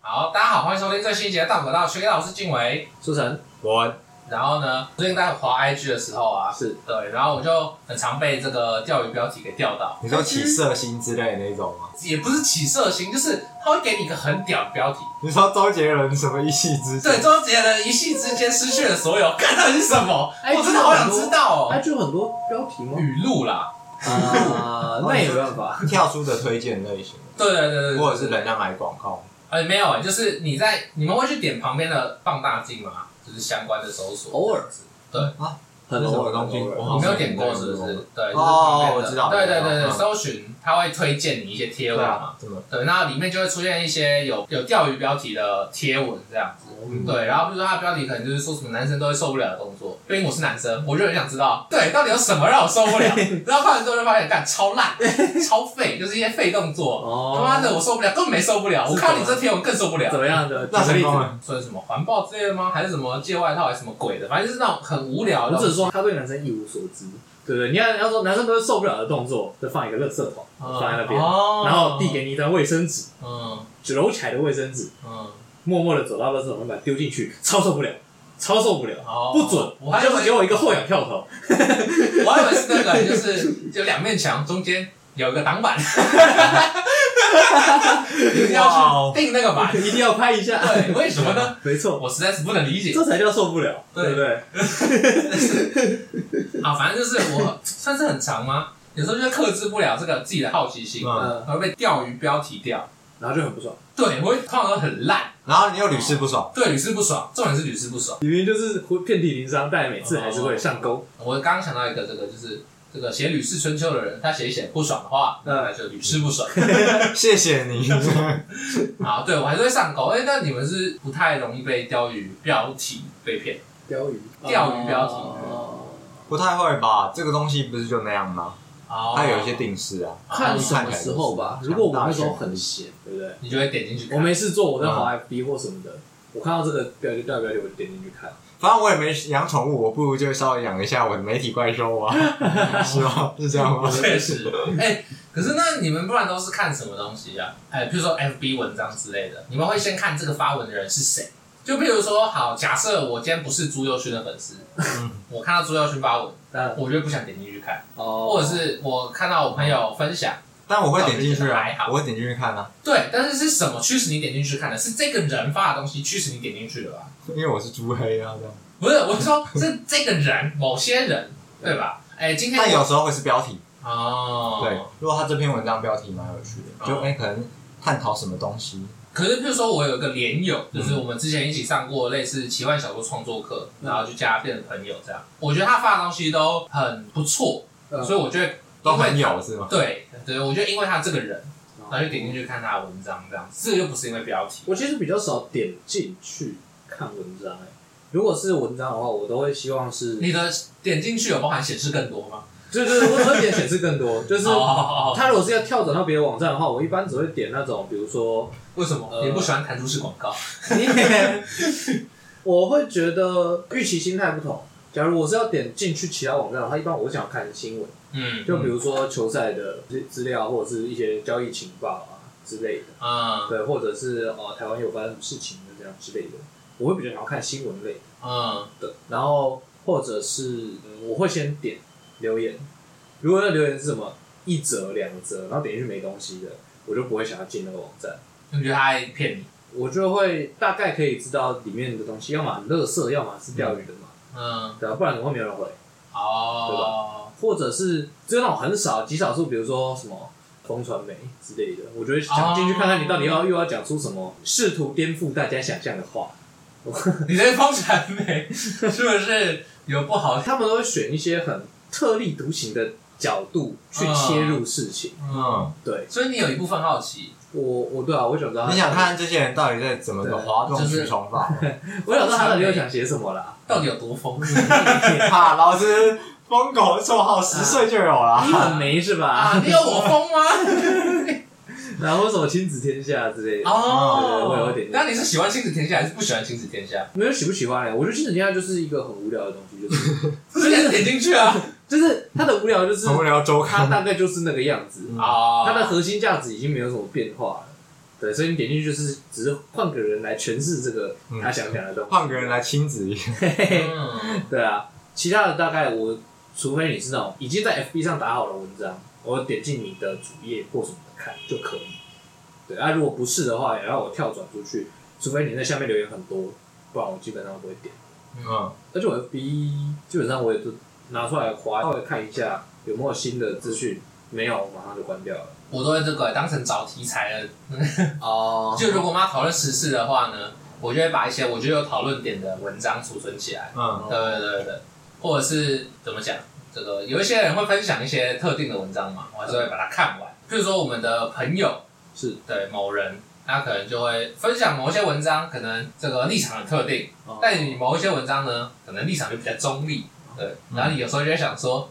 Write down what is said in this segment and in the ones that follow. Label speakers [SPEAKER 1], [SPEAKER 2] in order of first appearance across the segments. [SPEAKER 1] 好，大家好，欢迎收听最新一集的《道可道》，学老师静伟。
[SPEAKER 2] 苏晨
[SPEAKER 3] 我
[SPEAKER 1] 然后呢，最近在滑 IG 的时候啊，
[SPEAKER 2] 是
[SPEAKER 1] 对，然后我就很常被这个钓鱼标题给钓到，
[SPEAKER 3] 你说起色心之类的那种吗？
[SPEAKER 1] 也不是起色心，就是他会给你一个很屌的标题，
[SPEAKER 3] 你说周杰伦什么一夕之
[SPEAKER 1] 对，
[SPEAKER 3] 间？
[SPEAKER 1] 周杰伦一夕之间失去了所有，看到底是什么？
[SPEAKER 2] 哎
[SPEAKER 1] 我真的好想知道哦。
[SPEAKER 2] ，IG 哎有很多标题吗？
[SPEAKER 1] 语录啦，
[SPEAKER 2] 啊，那也没办法。
[SPEAKER 3] 跳出的推荐类型，
[SPEAKER 1] 对对对对对，
[SPEAKER 3] 或者是人家买广告，
[SPEAKER 1] 哎、没有、哎，就是你在你们会去点旁边的放大镜吗？就是相关的搜索，
[SPEAKER 2] 偶尔
[SPEAKER 1] 对，
[SPEAKER 2] 很
[SPEAKER 3] 那是
[SPEAKER 2] 偶
[SPEAKER 3] 我
[SPEAKER 2] 尔
[SPEAKER 3] 的东西
[SPEAKER 2] 很偶尔
[SPEAKER 3] 我
[SPEAKER 1] 哦你没有点过是不是？对，就是旁边
[SPEAKER 3] 哦
[SPEAKER 1] 的
[SPEAKER 3] 我知道
[SPEAKER 1] 对对对对，
[SPEAKER 3] 嗯
[SPEAKER 1] 搜寻它会推荐你一些贴文
[SPEAKER 2] 啊
[SPEAKER 1] 嘛，，
[SPEAKER 3] 真的
[SPEAKER 1] 对，那里面就会出现一些有有钓鱼标题的贴文这样子。
[SPEAKER 2] 嗯
[SPEAKER 1] 对，然后比如说它的标题可能就是说什么男生都会受不了的动作，因为我是男生，我就很想知道，对，到底有什么让我受 不了？然后看完之后就发现，干超烂，超废，就是一些废动作，他妈
[SPEAKER 2] 哦，
[SPEAKER 1] 的我受不了，根本没受不了。我
[SPEAKER 2] 是
[SPEAKER 1] 看
[SPEAKER 2] 怎
[SPEAKER 1] 你
[SPEAKER 2] 么
[SPEAKER 1] 这贴文更受不了
[SPEAKER 2] 怎。么样的？
[SPEAKER 3] 那
[SPEAKER 2] 举个
[SPEAKER 3] 成
[SPEAKER 2] 例
[SPEAKER 3] 功
[SPEAKER 2] 子，
[SPEAKER 3] 了，
[SPEAKER 1] 说什么环抱之类的吗？还是什么借外套，还是什么鬼的？反正就是那种很无聊的
[SPEAKER 2] 我
[SPEAKER 1] 东西。
[SPEAKER 2] 只是说他对男生一无所知，对不对？你要你要说男生都是受不了的动作，就放一个垃圾桶
[SPEAKER 1] 嗯
[SPEAKER 2] 放在那边，
[SPEAKER 1] 哦
[SPEAKER 2] 然后递给你一张卫生纸，
[SPEAKER 1] 嗯
[SPEAKER 2] 揉起来的卫生纸，
[SPEAKER 1] 嗯，
[SPEAKER 2] 默默的走到垃圾桶，把它丢进去，超受不了，超受不了，
[SPEAKER 1] 哦
[SPEAKER 2] 不准，
[SPEAKER 1] 我还以为
[SPEAKER 2] 就是给我一个后仰跳投，
[SPEAKER 1] 我还以为是那个，就是有两面墙，中间有一个挡板，一定要去定那个板。
[SPEAKER 2] 一定要拍一下。
[SPEAKER 1] 对，为什么呢？
[SPEAKER 2] 没错，
[SPEAKER 1] 我实在是不能理解
[SPEAKER 2] 这才叫受不了，
[SPEAKER 1] 对
[SPEAKER 2] 对不对？
[SPEAKER 1] 啊！反正就是我算是很长吗？有时候就克制不了这个自己的好奇心，
[SPEAKER 3] 嗯，
[SPEAKER 2] 嗯，
[SPEAKER 1] 还会被钓鱼标题掉。
[SPEAKER 2] 然后就很不爽。
[SPEAKER 1] 对，我会通常都很烂，
[SPEAKER 3] 然后你又屡试不 爽，
[SPEAKER 1] 对屡试不爽，重点是屡试不爽。
[SPEAKER 2] 明明就是遍体鳞伤，但每次还是会上钩。
[SPEAKER 1] 我刚刚想到一个，这个就是这个写《吕氏春秋》的人，他写一写不爽的话，
[SPEAKER 2] 嗯
[SPEAKER 1] 那就屡试不爽。
[SPEAKER 3] 谢谢你。
[SPEAKER 1] 啊，对我还是会上钩。哎、那你们是不太容易被钓鱼标题被骗？
[SPEAKER 2] 钓鱼，
[SPEAKER 1] 钓鱼标题
[SPEAKER 2] 哦，
[SPEAKER 3] 不太会吧？这个东西不是就那样吗？
[SPEAKER 1] 哦
[SPEAKER 3] 它有一些定式啊，
[SPEAKER 2] 看什么时候吧。如果我那时候很嗯闲，对不对？
[SPEAKER 1] 你就会点进去看。
[SPEAKER 2] 我没事做，我在滑 FB 或什么的，我看到这个标题，钓鱼标题我就点进去看。
[SPEAKER 3] 反正我也没养宠物，我不如就稍微养一下我的媒体怪兽 啊，是吗？是这样吗？
[SPEAKER 1] 确实，哎、可是那你们不然都是看什么东西啊？哎、譬如说 FB 文章之类的，你们会先看这个发文的人是谁？就譬如说，好，假设我今天不是朱佑勋的粉丝，
[SPEAKER 3] 嗯
[SPEAKER 1] 我看到朱佑勋发文，
[SPEAKER 2] 但
[SPEAKER 1] 我就不想点进去看，
[SPEAKER 2] 哦，
[SPEAKER 1] 或者是我看到我朋友分享，
[SPEAKER 3] 但我会点进去
[SPEAKER 1] 那我就觉得还
[SPEAKER 3] 啊，
[SPEAKER 1] 好
[SPEAKER 3] 我会点进去看啊，
[SPEAKER 1] 对，但是是什么驱使你点进去看的？是这个人发的东西驱使你点进去的吧？
[SPEAKER 3] 因为我是猪黑啊，这样。
[SPEAKER 1] 不是，我是说是这个人，某些人，对吧？哎、今天
[SPEAKER 3] 但
[SPEAKER 1] 我
[SPEAKER 3] 有时候会是标题，
[SPEAKER 1] 哦，
[SPEAKER 3] 对。如果他这篇文章标题蛮有趣的，就
[SPEAKER 1] 哦
[SPEAKER 3] 哎、可能探讨什么东西，
[SPEAKER 1] 可是，譬如说，我有一个连友，就是我们之前一起上过类似奇幻小说创作课，
[SPEAKER 2] 嗯
[SPEAKER 1] 然后就加变成朋友这样。我觉得他发的东西都很不错，
[SPEAKER 2] 嗯
[SPEAKER 1] 所以我觉得
[SPEAKER 3] 都很有是吗？
[SPEAKER 1] 对对，我觉得因为他这个人，然后就点进去看他的文章这样。这个又不是因为标题，
[SPEAKER 2] 哦我其实比较少点进去看文章、欸，如果是文章的话，我都会希望是，
[SPEAKER 1] 你的点进去有包含显示更多吗？
[SPEAKER 2] 就是 我只会点显示更多，就是
[SPEAKER 1] 哦哦哦哦
[SPEAKER 2] 他如果是要跳转到别的网站的话，我一般只会点那种，比如说
[SPEAKER 1] 为什么
[SPEAKER 2] 呃
[SPEAKER 1] 你不喜欢弹出式广告？
[SPEAKER 2] 我会觉得预期心态不同。假如我是要点进去其他网站的话，一般我会想要看新闻，
[SPEAKER 1] 嗯
[SPEAKER 2] 就比如说球赛的资资料或者是一些交易情报啊之类的，
[SPEAKER 1] 嗯
[SPEAKER 2] 对，或者是哦、呃台湾有发生什么事情的这样之类的，我会比较想要看新闻类
[SPEAKER 1] 嗯
[SPEAKER 2] 的，然后或者是、嗯我会先点留言，如果那留言是什么一折两折，然后点进去没东西的，我就不会想要进那个网站。
[SPEAKER 1] 你觉得他在骗你？
[SPEAKER 2] 我就会大概可以知道里面的东西，要么很垃圾，要么是钓鱼的嘛，
[SPEAKER 1] 嗯
[SPEAKER 2] 对啊，不然怎么会没有人回？
[SPEAKER 1] 哦，
[SPEAKER 2] 或者是只有那种很少极少数，比如说什么风传媒之类的，我就会想进去看看你到底要又要讲出什么，试图颠覆大家想象的话。
[SPEAKER 1] 你这风传媒是不是有不好？
[SPEAKER 2] 他们都会选一些很特立独行的角度去切入事情。
[SPEAKER 3] 嗯，
[SPEAKER 2] 对
[SPEAKER 1] 所以你有一部分好奇，
[SPEAKER 2] 我，我对啊，我想知道他，
[SPEAKER 3] 你想，看这些人到底在怎么个哗众取宠法？
[SPEAKER 2] 我想知道他到底又想写什么啦。
[SPEAKER 1] 到底有多疯？
[SPEAKER 3] 哈，老师，疯狗的绰号十岁就有
[SPEAKER 2] 你
[SPEAKER 3] 啦。
[SPEAKER 2] 很没是 吧
[SPEAKER 1] 啊，？你有我疯吗？
[SPEAKER 2] 然后什么亲子天下之类的，对对我有
[SPEAKER 1] 哦
[SPEAKER 2] 一点，
[SPEAKER 1] 那你是喜欢亲子天下还是不喜欢亲子天下？
[SPEAKER 2] 没有喜不喜欢嘞、啊我觉得亲子天下就是一个很无聊的东西，就是
[SPEAKER 1] 不是点进去啊？
[SPEAKER 2] 就是它的无聊就是
[SPEAKER 3] 我们聊周
[SPEAKER 2] 它
[SPEAKER 3] 刊，
[SPEAKER 2] 大概就是那个样子，
[SPEAKER 3] 嗯
[SPEAKER 1] 啊，
[SPEAKER 2] 它的核心价值已经没有什么变化了。对，所以你点进去就是只是换个人来诠释这个
[SPEAKER 3] 嗯
[SPEAKER 2] 他想讲的东西，
[SPEAKER 3] 换个人来亲子一下，
[SPEAKER 2] 嘿嘿嘿
[SPEAKER 1] 嗯，
[SPEAKER 2] 对啊，其他的大概我，除非你是那种已经在 FB 上打好的文章，我点进你的主页或什么的看就可以。对啊，如果不是的话，也让我跳转出去，除非你在下面留言很多，不然我基本上不会点。
[SPEAKER 3] 嗯，
[SPEAKER 2] 而且我 FB 基本上我也就拿出来划，稍微看一下有没有新的资讯，没有我马上就关掉了。
[SPEAKER 1] 我都会这个当成找题材了。
[SPEAKER 2] 哦
[SPEAKER 1] 就如果我们要讨论时事的话呢，我就会把一些我觉得有讨论点的文章储存起来。
[SPEAKER 3] 嗯，
[SPEAKER 1] 对对对对，或者是怎么讲？这个有一些人会分享一些特定的文章嘛，我还是会把它看完。譬如说我们的朋友
[SPEAKER 2] 是
[SPEAKER 1] 对某人，他可能就会分享某些文章，可能这个立场很特定，
[SPEAKER 2] 哦
[SPEAKER 1] 但你某一些文章呢，可能立场就比较中立，对。然后你有时候就会想说，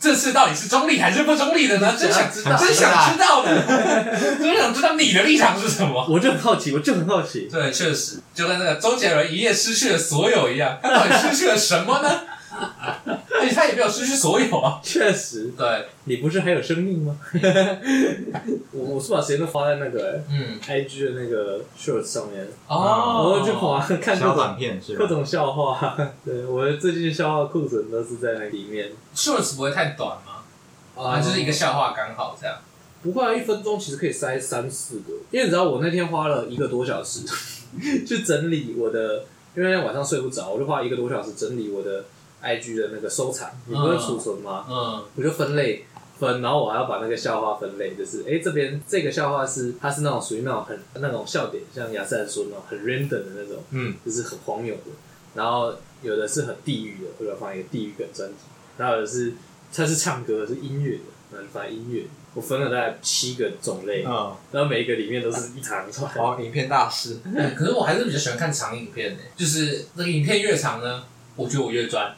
[SPEAKER 1] 这次到底是中立还是不中立的呢？真 想知道，真想知道的，真想知道你的立场是什么。
[SPEAKER 2] 我就很好奇，我就很好奇，
[SPEAKER 1] 对，确实就跟那个周杰伦一夜失去了所有一样，他到底失去了什么呢？ 而且他也没有失去所有啊。
[SPEAKER 2] 确实，
[SPEAKER 1] 对，
[SPEAKER 2] 你不是还有生命吗？ 我我是把时间都花在那个、欸
[SPEAKER 1] 嗯，
[SPEAKER 2] IG 的那个 short 上面，然
[SPEAKER 1] 哦，
[SPEAKER 2] 后就滑看各
[SPEAKER 3] 小短
[SPEAKER 2] 种
[SPEAKER 3] 片是
[SPEAKER 2] 各
[SPEAKER 3] 吧？
[SPEAKER 2] 种笑话。对我最近笑话库存都是在那里面
[SPEAKER 1] shorts 不会太短吗？
[SPEAKER 2] 啊
[SPEAKER 1] 啊，就是一个笑话刚好这样。
[SPEAKER 2] 不会啊，一分钟其实可以塞三四个。因为你知道我那天花了一个多小时 去整理我的，因为那天晚上睡不着，我就花一个多小时整理我的 IG 的那个收藏，你不会储存吗？
[SPEAKER 1] 嗯，
[SPEAKER 2] 我就分类分，然后我还要把那个笑话分类，就是哎、诶这边这个笑话是它是那种属于那种很那种笑点，像亚瑟说的那种很 random 的那种，
[SPEAKER 3] 嗯，
[SPEAKER 2] 就是很荒谬的。然后有的是很地狱的，或者放一个地狱梗专辑，然后有的是它是唱歌是音乐的，然后放音乐。我分了大概七个种类，
[SPEAKER 3] 嗯，
[SPEAKER 2] 然后每一个里面都是一长串。
[SPEAKER 3] 好，影片大师，
[SPEAKER 1] 哎可是我还是比较喜欢看长影片的，就是那个影片越长呢，我觉得我越专。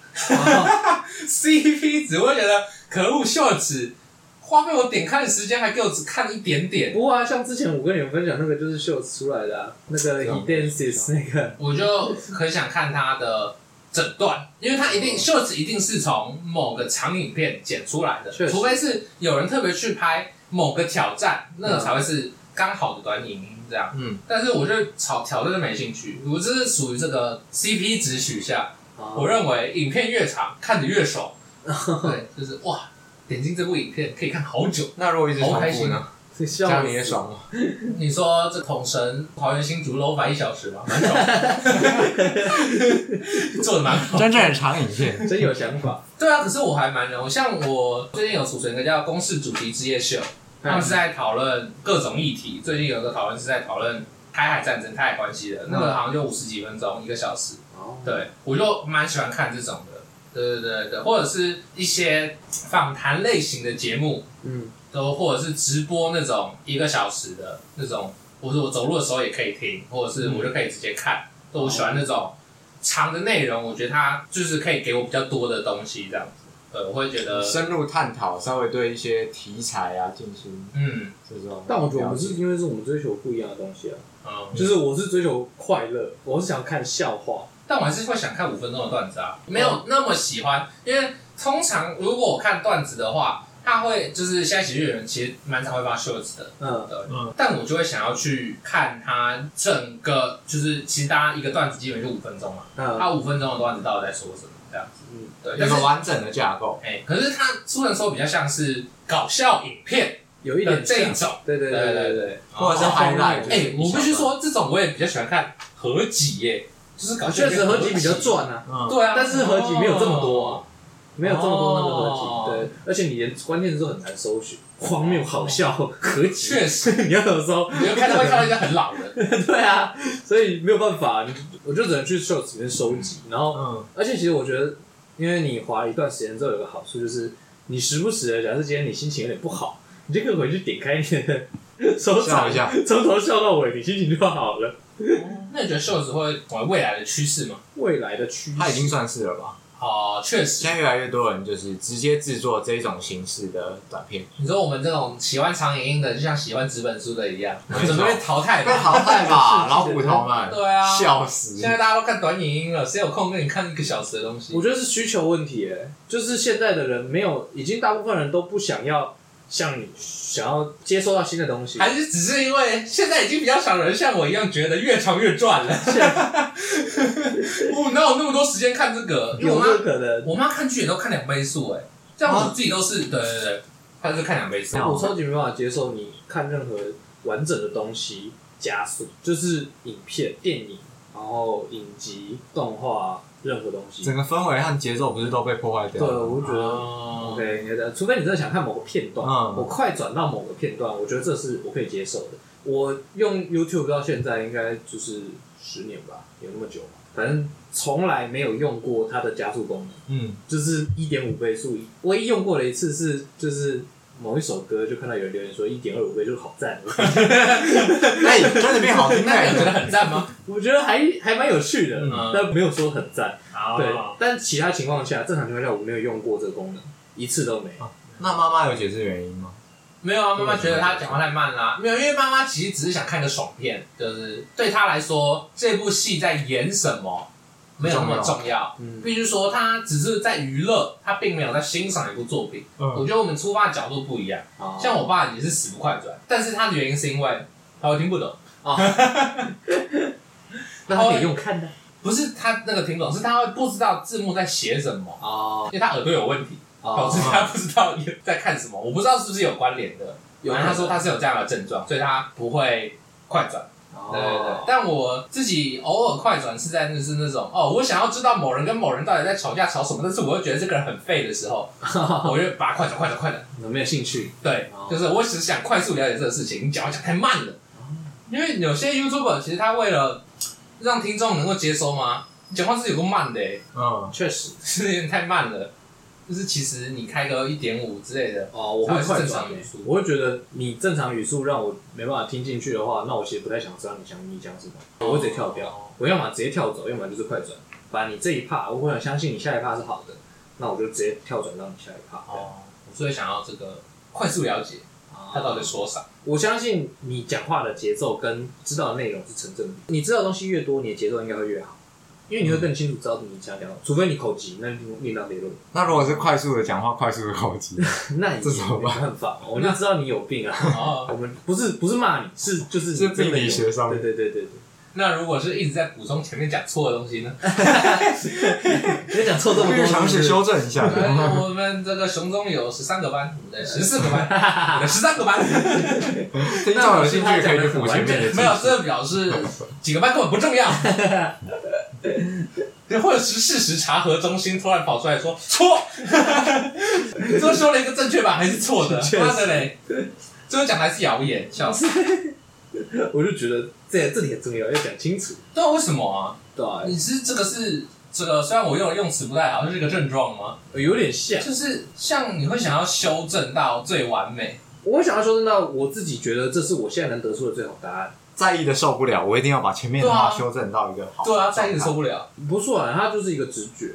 [SPEAKER 1] CP 值，我会觉得可恶，shorts 花费我点看的时间还给我只看一点点，
[SPEAKER 2] 不过啊，像之前我跟你们分享那个就是 Shorts 出来的、啊，那个
[SPEAKER 3] 这
[SPEAKER 2] He
[SPEAKER 3] 样
[SPEAKER 2] Dances 那个，
[SPEAKER 1] 我就很想看他的诊断，因为他一定 shorts 一定是从某个长影片剪出来的
[SPEAKER 2] 确，实
[SPEAKER 1] 除非是有人特别去拍某个挑战，那个才会是刚好的短影音这样。
[SPEAKER 3] 嗯，
[SPEAKER 1] 但是我对挑挑战就没兴趣，我这是属于这个 CP 值取向，我
[SPEAKER 2] 哦
[SPEAKER 1] 认为影片越长看得越 爽，对，就是哇，点进这部影片可以看好久。
[SPEAKER 3] 那如果一直重
[SPEAKER 1] 好开
[SPEAKER 3] 复
[SPEAKER 1] 心
[SPEAKER 3] 呢？
[SPEAKER 2] 这笑
[SPEAKER 3] 这样
[SPEAKER 2] 死
[SPEAKER 3] 你也爽吗？
[SPEAKER 1] 你说这统神桃园新竹 l o f 一小时吗？蛮爽 的，做的蛮好。
[SPEAKER 3] 真正的长影片，
[SPEAKER 2] 真有想法。
[SPEAKER 1] 对啊，可是我还蛮能，像我最近有储存一个叫《公式主题之夜秀》，他
[SPEAKER 3] 啊
[SPEAKER 1] 们是在讨论各种议题。最近有一个讨论是在讨论台海战争、台海关系的，那个好像就五十几分钟，一个小时。
[SPEAKER 2] 哦
[SPEAKER 1] 对，我就蛮喜欢看这种的。对对对对，或者是一些访谈类型的节目，
[SPEAKER 2] 嗯，
[SPEAKER 1] 都或者是直播那种一个小时的那种，我说我走路的时候也可以听，或者是我就可以直接看，都我喜欢那种长的内容，我觉得它就是可以给我比较多的东西这样子，呃，我会觉得，
[SPEAKER 3] 深入探讨，稍微对一些题材啊进行
[SPEAKER 1] 嗯
[SPEAKER 3] 这种了解。
[SPEAKER 2] 但我觉得我们是因为是我们追求不一样的东西啊，
[SPEAKER 1] 嗯，
[SPEAKER 2] 就是我是追求快乐，我是想看笑话，
[SPEAKER 1] 但我还是会想看五分钟的段子啊，没有那么喜欢，因为通常如果我看段子的话，他会就是现在喜剧人其实蛮常会发 shorts 的，
[SPEAKER 2] 嗯，
[SPEAKER 3] 嗯
[SPEAKER 1] 但我就会想要去看他整个，就是其实大家一个段子基本就五分钟嘛。
[SPEAKER 2] 那
[SPEAKER 1] 他五分钟的段子到底在说什么这样子。
[SPEAKER 2] 嗯
[SPEAKER 1] 对，
[SPEAKER 3] 有
[SPEAKER 1] 但
[SPEAKER 3] 一
[SPEAKER 1] 是
[SPEAKER 3] 个完整的架构，
[SPEAKER 1] 哎、可是他出的时候比较像是搞笑影片
[SPEAKER 2] 有一
[SPEAKER 1] 的
[SPEAKER 2] 点
[SPEAKER 1] 这一
[SPEAKER 2] 像，
[SPEAKER 1] 种，
[SPEAKER 2] 对对
[SPEAKER 1] 对对
[SPEAKER 2] 对对，
[SPEAKER 3] 或者是
[SPEAKER 1] 哦
[SPEAKER 3] highlight，
[SPEAKER 1] 哎、我必须，说这种我也比较喜欢看合集耶、就是搞笑影
[SPEAKER 2] 啊确
[SPEAKER 1] 片
[SPEAKER 2] 实合集比较，赚啊，
[SPEAKER 3] 嗯，
[SPEAKER 1] 对啊，
[SPEAKER 2] 但是合集没有这么多啊
[SPEAKER 1] 哦。
[SPEAKER 2] 没有这么多那个
[SPEAKER 1] 哦
[SPEAKER 2] 合集，对，而且你连关键字都很难搜寻，荒谬、好笑、合集，
[SPEAKER 1] 确实，
[SPEAKER 2] 你要怎么搜？
[SPEAKER 1] 哦你就看到会看到一些很老 的，
[SPEAKER 2] 对啊，所以没有办法，你我就只能去 shorts 里面收集，然后
[SPEAKER 3] 嗯，
[SPEAKER 2] 而且其实我觉得，因为你滑一段时间之后，有个好处就是，你时不时的，假设今天你心情有点不好，你就可以回去点开你的 收
[SPEAKER 3] 笑
[SPEAKER 2] 藏
[SPEAKER 3] 一，下，
[SPEAKER 2] 从头 笑到尾，你心情就好了。
[SPEAKER 1] 那你觉得秀子会成为未来的趋势吗？
[SPEAKER 2] 未来的趋势，
[SPEAKER 3] 它已经算是了吧？
[SPEAKER 1] 哦，确实
[SPEAKER 3] 现。在越来越多人就是直接制作这种形式的短片，
[SPEAKER 1] 你说我们这种喜欢长影音的，就像喜欢纸本书的一 样，我们准备被淘汰
[SPEAKER 3] 被
[SPEAKER 1] 吧？
[SPEAKER 3] 淘汰吧， 老虎头们，
[SPEAKER 1] 对啊，
[SPEAKER 3] 笑死
[SPEAKER 1] 现！在大家都看短影音了，谁有空跟你看一个小时的东西？
[SPEAKER 2] 我觉得是需求问题、欸，就是现在的人没有，已经大部分人都不想要像你想要接收到新的东西，
[SPEAKER 1] 还是只是因为现在已经比较少人像我一样觉得越长越赚了。 我哪有那么多时间看这个？因为我
[SPEAKER 2] 有
[SPEAKER 1] 妈
[SPEAKER 3] 啊
[SPEAKER 2] 这个的。
[SPEAKER 1] 我妈看剧也都看两倍速哎、这样我自己都是、对对对，她是看两倍速。
[SPEAKER 3] 那
[SPEAKER 2] 我超级没办法接受你看任何完整的东西加速，就是影片、电影，然后影集、动画，任何东西。
[SPEAKER 3] 整个氛围和节奏不是都被破坏
[SPEAKER 2] 对，
[SPEAKER 3] 掉了？
[SPEAKER 2] 我就觉得、
[SPEAKER 1] 哦
[SPEAKER 2] OK，你的，除非你真的想看某个片段，
[SPEAKER 3] 嗯
[SPEAKER 2] 我快转到某个片段，我觉得这是我可以接受的。我用 YouTube 到现在应该就是十年吧，有那么久吗？反正从来没有用过它的加速功能。
[SPEAKER 3] 嗯，
[SPEAKER 2] 就是一点五倍速，唯一用过的一次是就是某一首歌，就看到有人留言说一点二五倍就是好 赞，
[SPEAKER 3] 哎，真的变好听
[SPEAKER 1] 那你有觉得
[SPEAKER 3] 哎！
[SPEAKER 1] 很赞吗？
[SPEAKER 2] 我觉得还还蛮有趣的，
[SPEAKER 1] 嗯
[SPEAKER 2] 但没有说很赞。
[SPEAKER 1] 好
[SPEAKER 2] 对，但其他情况下，正常情况下我没有用过这个功能，一次都没有。
[SPEAKER 3] 那妈妈有解释原因吗？
[SPEAKER 1] 没有啊，妈妈觉得她讲话太慢啦、没有，因为妈妈其实只是想看个爽片，就是对她来说这部戏在演什么没有那么重要。
[SPEAKER 2] 嗯，
[SPEAKER 1] 必须说，她只是在娱乐，她并没有在欣赏一部作品。我
[SPEAKER 3] 嗯，
[SPEAKER 1] 觉得我们出发的角度不一样。
[SPEAKER 2] 好，
[SPEAKER 1] 像我爸也是死不快转，但是他的原因是因为他会听不懂，
[SPEAKER 2] 那他可以用看的
[SPEAKER 1] 不是他那个听不懂，是他会不知道字幕在写什么，
[SPEAKER 2] 哦
[SPEAKER 1] 因为他耳朵有问题，导致
[SPEAKER 2] 哦，
[SPEAKER 1] 他不知道在看什么。我不知道是不是有关联的，
[SPEAKER 2] 有
[SPEAKER 1] 反正
[SPEAKER 2] 可能
[SPEAKER 1] 他说他是有这样的症状，所以他不会快转。
[SPEAKER 2] 哦
[SPEAKER 1] 对对对，但我自己偶尔快转是在就是那种哦，我想要知道某人跟某人到底在吵架吵什么，但是我又觉得这个人很废的时候， 我就把它快转快转快转。
[SPEAKER 2] 有没有兴趣？
[SPEAKER 1] 对
[SPEAKER 2] 哦，
[SPEAKER 1] 就是我只是想快速了解这个事情，你讲话讲太慢了。因为有些 YouTuber 其实他为了让听众能够接收嘛，你讲话是有个慢的、欸，
[SPEAKER 3] 嗯，
[SPEAKER 2] 确实
[SPEAKER 1] 是有点太慢了。就是其实你开个一点五之类的，
[SPEAKER 2] 哦，我会
[SPEAKER 1] 它还
[SPEAKER 2] 快
[SPEAKER 1] 是正常
[SPEAKER 2] 转
[SPEAKER 1] 语
[SPEAKER 2] 耶
[SPEAKER 1] 速，
[SPEAKER 2] 我会觉得你正常语速让我没办法听进去的话，那我其实不太想知道你讲你讲什么，我会直接跳掉。
[SPEAKER 1] 哦
[SPEAKER 2] 我要么直接跳走，要么就是快转。把你这一趴，我很相信你下一趴是好的，那我就直接跳转到你下一趴。
[SPEAKER 1] 哦，我最想要这个快速了解
[SPEAKER 2] 哦
[SPEAKER 1] 他到底在说啥。
[SPEAKER 2] 我相信你讲话的节奏跟知道的内容是成正比。你知道的东西越多，你的节奏应该会越好，因为你会更清楚知道你想聊，除非你口急，那你另当别论。
[SPEAKER 3] 那如果是快速的讲话，快速的口技，
[SPEAKER 2] 那你
[SPEAKER 3] 这怎么办
[SPEAKER 2] 没办法，我就知道你有病啊。
[SPEAKER 1] 哦，
[SPEAKER 2] 我们不是不是骂你，是就是你真
[SPEAKER 3] 是
[SPEAKER 2] 的
[SPEAKER 3] 病理
[SPEAKER 2] 有
[SPEAKER 3] 学上
[SPEAKER 2] 对对对对
[SPEAKER 1] 那如果是一直在补充前面讲错的东西呢？
[SPEAKER 2] 对，你讲错这么多，
[SPEAKER 3] 日常
[SPEAKER 2] 是不
[SPEAKER 3] 是
[SPEAKER 2] 是
[SPEAKER 3] 修正一下。
[SPEAKER 1] 哎我们这个熊中有十三个班，我们十四个班，我们十三个班，
[SPEAKER 3] 听众有兴趣可以去补前面的
[SPEAKER 1] 没有，
[SPEAKER 3] 知识。
[SPEAKER 1] 这表示几个班根本不重 要。就或者是事实查核中心突然跑出来说错， 最后说了一个正确版还是错的，
[SPEAKER 2] 确实
[SPEAKER 1] 妈的嘞！最后讲的还是谣言，笑死。
[SPEAKER 2] 我就觉得这这里很重要，要讲清楚。
[SPEAKER 1] 对啊，为什么啊？
[SPEAKER 2] 对啊，
[SPEAKER 1] 你是这个是这个，虽然我用的用词不太好，就是一个症状吗？
[SPEAKER 2] 有点像。
[SPEAKER 1] 就是像你会想要修正到最完美，
[SPEAKER 2] 我想要修正到我自己觉得这是我现在能得出的最好答案。
[SPEAKER 3] 在意的受不了，我一定要把前面的话修正到一个好。
[SPEAKER 1] 对啊，再一个受不了。
[SPEAKER 2] 不错啊，它就是一个直觉。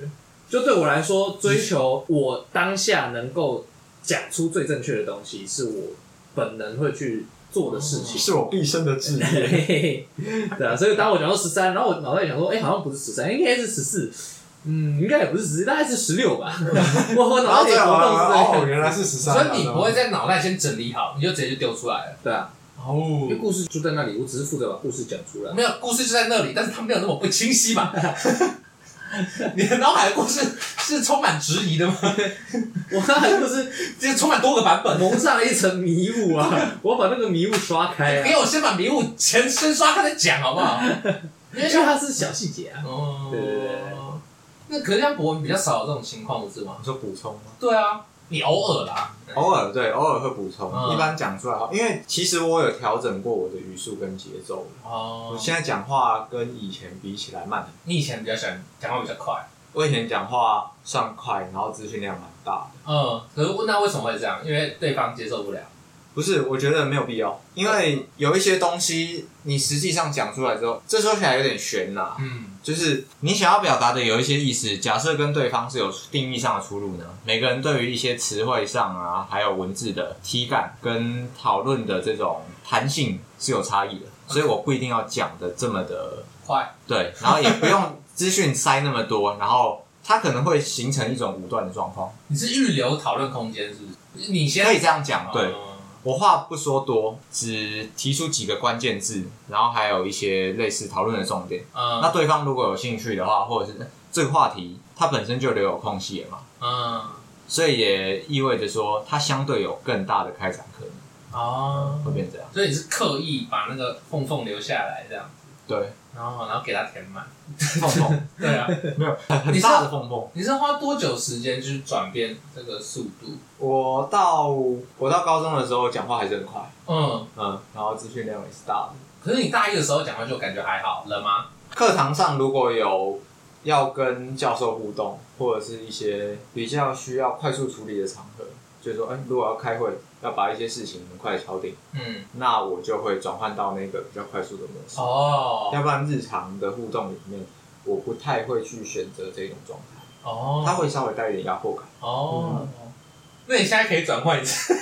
[SPEAKER 2] 就对我来说，追求我当下能够讲出最正确的东西，是我本能会去做的事情。
[SPEAKER 3] 是 我毕生的志
[SPEAKER 2] 嘿
[SPEAKER 3] 业。
[SPEAKER 2] 嘿嘿，
[SPEAKER 3] 嗯
[SPEAKER 2] 对啊，所以当我讲到十三，然后我脑袋想说，哎、好像不是十三，应该是十四，嗯，应该也不是十四，大概是十六 吧。我我
[SPEAKER 3] 然
[SPEAKER 2] 脑
[SPEAKER 3] 后
[SPEAKER 2] 袋
[SPEAKER 3] 再
[SPEAKER 2] 里活
[SPEAKER 1] 啊
[SPEAKER 2] 动是这
[SPEAKER 3] 哦，
[SPEAKER 2] 个，
[SPEAKER 3] 原来是十三。
[SPEAKER 1] 所以你不会在脑袋先整理好，你就直接就丢出来了。
[SPEAKER 2] 对啊，因为
[SPEAKER 3] 哦，
[SPEAKER 2] 故事就在那里，我只是负责把故事讲出来。
[SPEAKER 1] 没有故事就在那里，但是它没有那么不清晰嘛。 你的脑海的故事是充满质疑的吗？
[SPEAKER 2] 我刚才就是
[SPEAKER 1] 就是充满多个版本。
[SPEAKER 2] 蒙上了一层迷雾啊！我把那个迷雾刷开啊，
[SPEAKER 1] 给我先把迷雾前先刷开再讲好不好？因
[SPEAKER 2] 因
[SPEAKER 1] 为
[SPEAKER 2] 为
[SPEAKER 1] 像
[SPEAKER 2] 它是小细节啊。
[SPEAKER 1] 哦，
[SPEAKER 2] 对对对
[SPEAKER 1] 那可是像博文比较少有这种情况，不是吗？
[SPEAKER 3] 你说补充吗？
[SPEAKER 1] 对啊，你偶尔啦，
[SPEAKER 3] 偶尔哦对，偶尔会补充，
[SPEAKER 1] 嗯
[SPEAKER 3] 一般讲出来后，因为其实我有调整过我的语速跟节奏，我
[SPEAKER 1] 哦，
[SPEAKER 3] 现在讲话跟以前比起来慢很多。
[SPEAKER 1] 你以前比较喜欢讲话比较快，
[SPEAKER 3] 我以前讲话算快，然后资讯量蛮大的。
[SPEAKER 1] 嗯，可是那为什么会这样？因为对方接受不了。
[SPEAKER 3] 不是，我觉得没有必要，因为有一些东西你实际上讲出来之后，这说起来有点悬呐、
[SPEAKER 1] 嗯，
[SPEAKER 3] 就是你想要表达的有一些意思，假设跟对方是有定义上的出入呢，每个人对于一些词汇上啊，还有文字的体感跟讨论的这种弹性是有差异的，所以我不一定要讲的这么的
[SPEAKER 1] 快，
[SPEAKER 3] 对，然后也不用资讯塞那么多，然后它可能会形成一种武断的状况。
[SPEAKER 1] 你是预留讨论空间是不是？你先
[SPEAKER 3] 可以这样讲，啊对。
[SPEAKER 1] 哦
[SPEAKER 3] 我话不说多，只提出几个关键字，然后还有一些类似讨论的重点。那
[SPEAKER 1] 嗯
[SPEAKER 3] 对方如果有兴趣的话，或者是这个话题它本身就留有空隙了嘛，
[SPEAKER 1] 嗯
[SPEAKER 3] 所以也意味着说它相对有更大的开展可能，
[SPEAKER 1] 哦，
[SPEAKER 3] 会变这样。
[SPEAKER 1] 所以你是刻意把那个缝缝留下来这样，
[SPEAKER 3] 对，
[SPEAKER 1] 然后然后给它填满。
[SPEAKER 3] 缝 缝
[SPEAKER 1] 对啊，
[SPEAKER 3] 没有很
[SPEAKER 1] 你
[SPEAKER 3] 很
[SPEAKER 1] 是
[SPEAKER 3] 大的缝缝。
[SPEAKER 1] 你是花多久时间去转变这个速度？
[SPEAKER 3] 我到我到高中的时候讲话还是很快，
[SPEAKER 1] 嗯，
[SPEAKER 3] 嗯，然后资讯量也是大的。
[SPEAKER 1] 可是你大一的时候讲话就感觉还好了吗？
[SPEAKER 3] 课堂上如果有要跟教授互动，或者是一些比较需要快速处理的场合，就是说，哎、如果要开会，要把一些事情很快敲定，
[SPEAKER 1] 嗯，
[SPEAKER 3] 那我就会转换到那个比较快速的模式。
[SPEAKER 1] 哦
[SPEAKER 3] 要不然日常的互动里面，我不太会去选择这种状态，
[SPEAKER 1] 哦，
[SPEAKER 3] 它会稍微带一点压迫感。
[SPEAKER 1] 哦。那你现在可以转换一次，
[SPEAKER 2] 失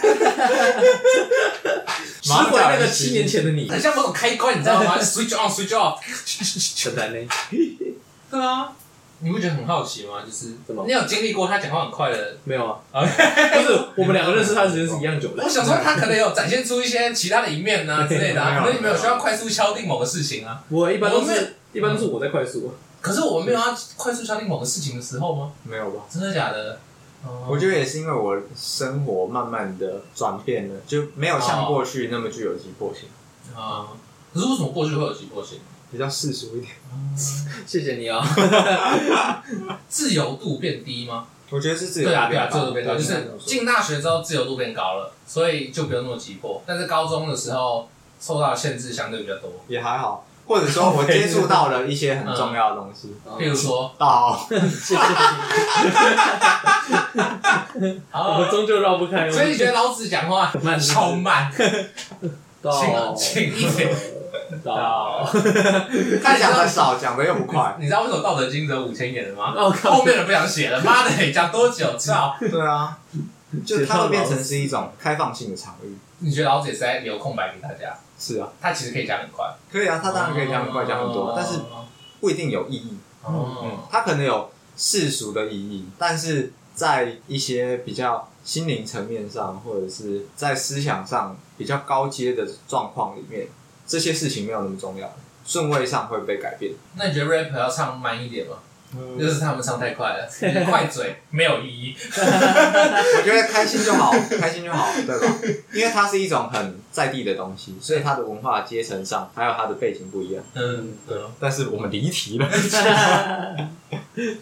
[SPEAKER 2] 回那个七年前的你，
[SPEAKER 1] 很像某种开关，你知 道吗？Switch on, switch off。
[SPEAKER 2] 很难 呢。
[SPEAKER 1] 对啊，你不觉得很好奇吗？就是
[SPEAKER 2] 怎么
[SPEAKER 1] 你有经历过他讲话很快的
[SPEAKER 2] 没有啊，
[SPEAKER 1] 啊？
[SPEAKER 2] 不是我们两个认识他的时间是一样久的
[SPEAKER 1] 我。想说，他可能有展现出一些其他的一 面啊之类的、
[SPEAKER 3] 没
[SPEAKER 1] 啊，
[SPEAKER 3] 有
[SPEAKER 1] 可能你们有需要快速敲定某个事情啊。
[SPEAKER 2] 我一般都
[SPEAKER 1] 我
[SPEAKER 2] 是
[SPEAKER 1] 们
[SPEAKER 2] 一般都是我在快速，
[SPEAKER 1] 可是我们没有要快速敲定某个事情的时候吗？
[SPEAKER 3] 没有吧？
[SPEAKER 1] 真的假的？哦
[SPEAKER 3] 我觉得也是因为我生活慢慢的转变了，就没有像
[SPEAKER 1] 哦
[SPEAKER 3] 过去那么具有急迫性，
[SPEAKER 1] 啊，可是为什么过去会有急迫性？
[SPEAKER 3] 比较世俗一点。
[SPEAKER 2] 谢谢你啊。
[SPEAKER 1] 自由度变低吗？
[SPEAKER 3] 我觉得是自由
[SPEAKER 1] 对啊，对
[SPEAKER 3] 变
[SPEAKER 1] 啊，
[SPEAKER 3] 高
[SPEAKER 1] 自由度变高，就
[SPEAKER 3] 应
[SPEAKER 1] 是
[SPEAKER 3] 该这么说
[SPEAKER 1] 进大学之后自由度变高了，所以就不用那么急迫。但是高中的时候受到的限制相对比较多，
[SPEAKER 3] 也还好，或者说我接触到了一些很重要的东西，
[SPEAKER 2] 哎
[SPEAKER 1] 譬如说，
[SPEAKER 3] 到
[SPEAKER 2] 谢谢你，我们
[SPEAKER 1] 啊，
[SPEAKER 2] 终究绕不开。
[SPEAKER 1] 所以你觉得老子讲话
[SPEAKER 2] 慢
[SPEAKER 1] 超慢，
[SPEAKER 2] 到哦
[SPEAKER 1] 请 请一点。哦
[SPEAKER 2] 到，
[SPEAKER 3] 他讲的少，讲的又不 快，
[SPEAKER 1] 你知道为什么《道德经》只有五千言了吗？
[SPEAKER 2] 我
[SPEAKER 1] 后
[SPEAKER 2] 哦靠，
[SPEAKER 1] 面的不想写了，妈的，讲多久？操！
[SPEAKER 3] 对啊，就它会变成是一种开放性的场域，
[SPEAKER 1] 你觉得老子也是在留空白给大家？
[SPEAKER 3] 是啊，
[SPEAKER 1] 他其实可以讲很快，
[SPEAKER 3] 可以啊，他当然可以讲很快，讲很多，但是不一定有意义，嗯
[SPEAKER 1] 哦，，
[SPEAKER 3] 它可能有世俗的意义，但是在一些比较心灵层面上，或者是在思想上比较高阶的状况里面，这些事情没有那么重要，顺位上会被改变。
[SPEAKER 1] 那你觉得 rap 要唱慢一点吗？
[SPEAKER 3] 嗯
[SPEAKER 1] 就是他们唱太快了，快嘴没有意义。
[SPEAKER 3] 我觉得开心就好， 开心就好，对吧？因为它是一种很在地的东西，所以它的文化阶层上还有它的背景不一样。
[SPEAKER 1] 嗯，对哦。
[SPEAKER 3] 但是我们离题了，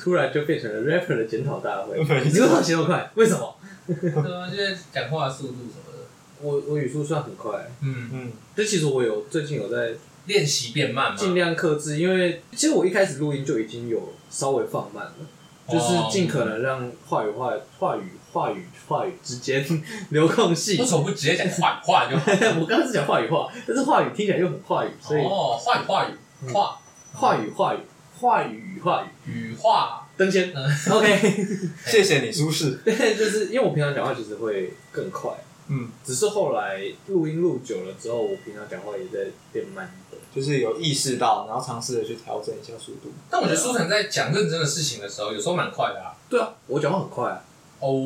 [SPEAKER 2] 突然就变成了 rapper 的检讨 大会。你为什么节奏快？为什么？
[SPEAKER 1] 对啊，就是讲话速度什么的。
[SPEAKER 2] 我我语速算很快，
[SPEAKER 1] 嗯，
[SPEAKER 3] 嗯，
[SPEAKER 2] 就其实我有最近有在
[SPEAKER 1] 练习变慢嘛，
[SPEAKER 2] 尽量克制，因为其实我一开始录音就已经有稍微放慢了，
[SPEAKER 3] 哦
[SPEAKER 1] 哦
[SPEAKER 2] 就是尽可能让话语话话语话语话语之间留空隙
[SPEAKER 3] 哦
[SPEAKER 1] 为。什么不直接讲话语话就好？
[SPEAKER 2] 我刚刚是讲话语话，但是话语听起来又很话语，所以
[SPEAKER 1] 哦，话语话语话
[SPEAKER 2] 话语话语话语与话语
[SPEAKER 1] 语话，
[SPEAKER 2] 登仙。
[SPEAKER 1] 嗯
[SPEAKER 2] OK，
[SPEAKER 3] 谢谢你，舒适。
[SPEAKER 2] 对，就是因为我平常讲话其实会更快，
[SPEAKER 3] 嗯，
[SPEAKER 2] 只是后来录音录久了之后，我平常讲话也在变慢一点。
[SPEAKER 3] 就是有意识到，然后尝试的去调整一下速度。
[SPEAKER 1] 但我觉得舒晨在讲认真的事情的时候，有时候蛮快的啊。
[SPEAKER 2] 对啊，我讲话很快啊，
[SPEAKER 1] 哦，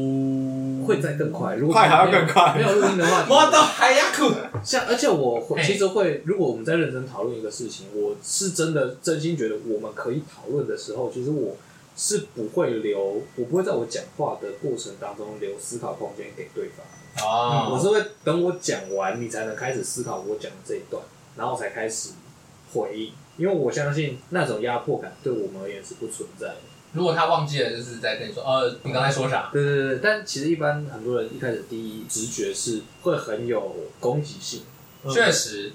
[SPEAKER 2] 会再更快。如果
[SPEAKER 3] 快还要更快
[SPEAKER 2] 没有录音的话，
[SPEAKER 1] 我的海牙裤。
[SPEAKER 2] 像，而且我会
[SPEAKER 1] 嘿
[SPEAKER 2] 其实会，如果我们在认真讨论一个事情，我是真的真心觉得我们可以讨论的时候，其实我是不会留，我不会在我讲话的过程当中留思考空间给对方。我
[SPEAKER 1] 哦，
[SPEAKER 2] 是会等我讲完，你才能开始思考我讲的这一段，然后才开始回应。因为我相信那种压迫感对我们而言是不存在的。
[SPEAKER 1] 如果他忘记了，就是在跟你说，呃，你刚才说啥？
[SPEAKER 2] 对对对，但其实一般很多人一开始第一直觉是会很有攻击性，
[SPEAKER 1] 确实，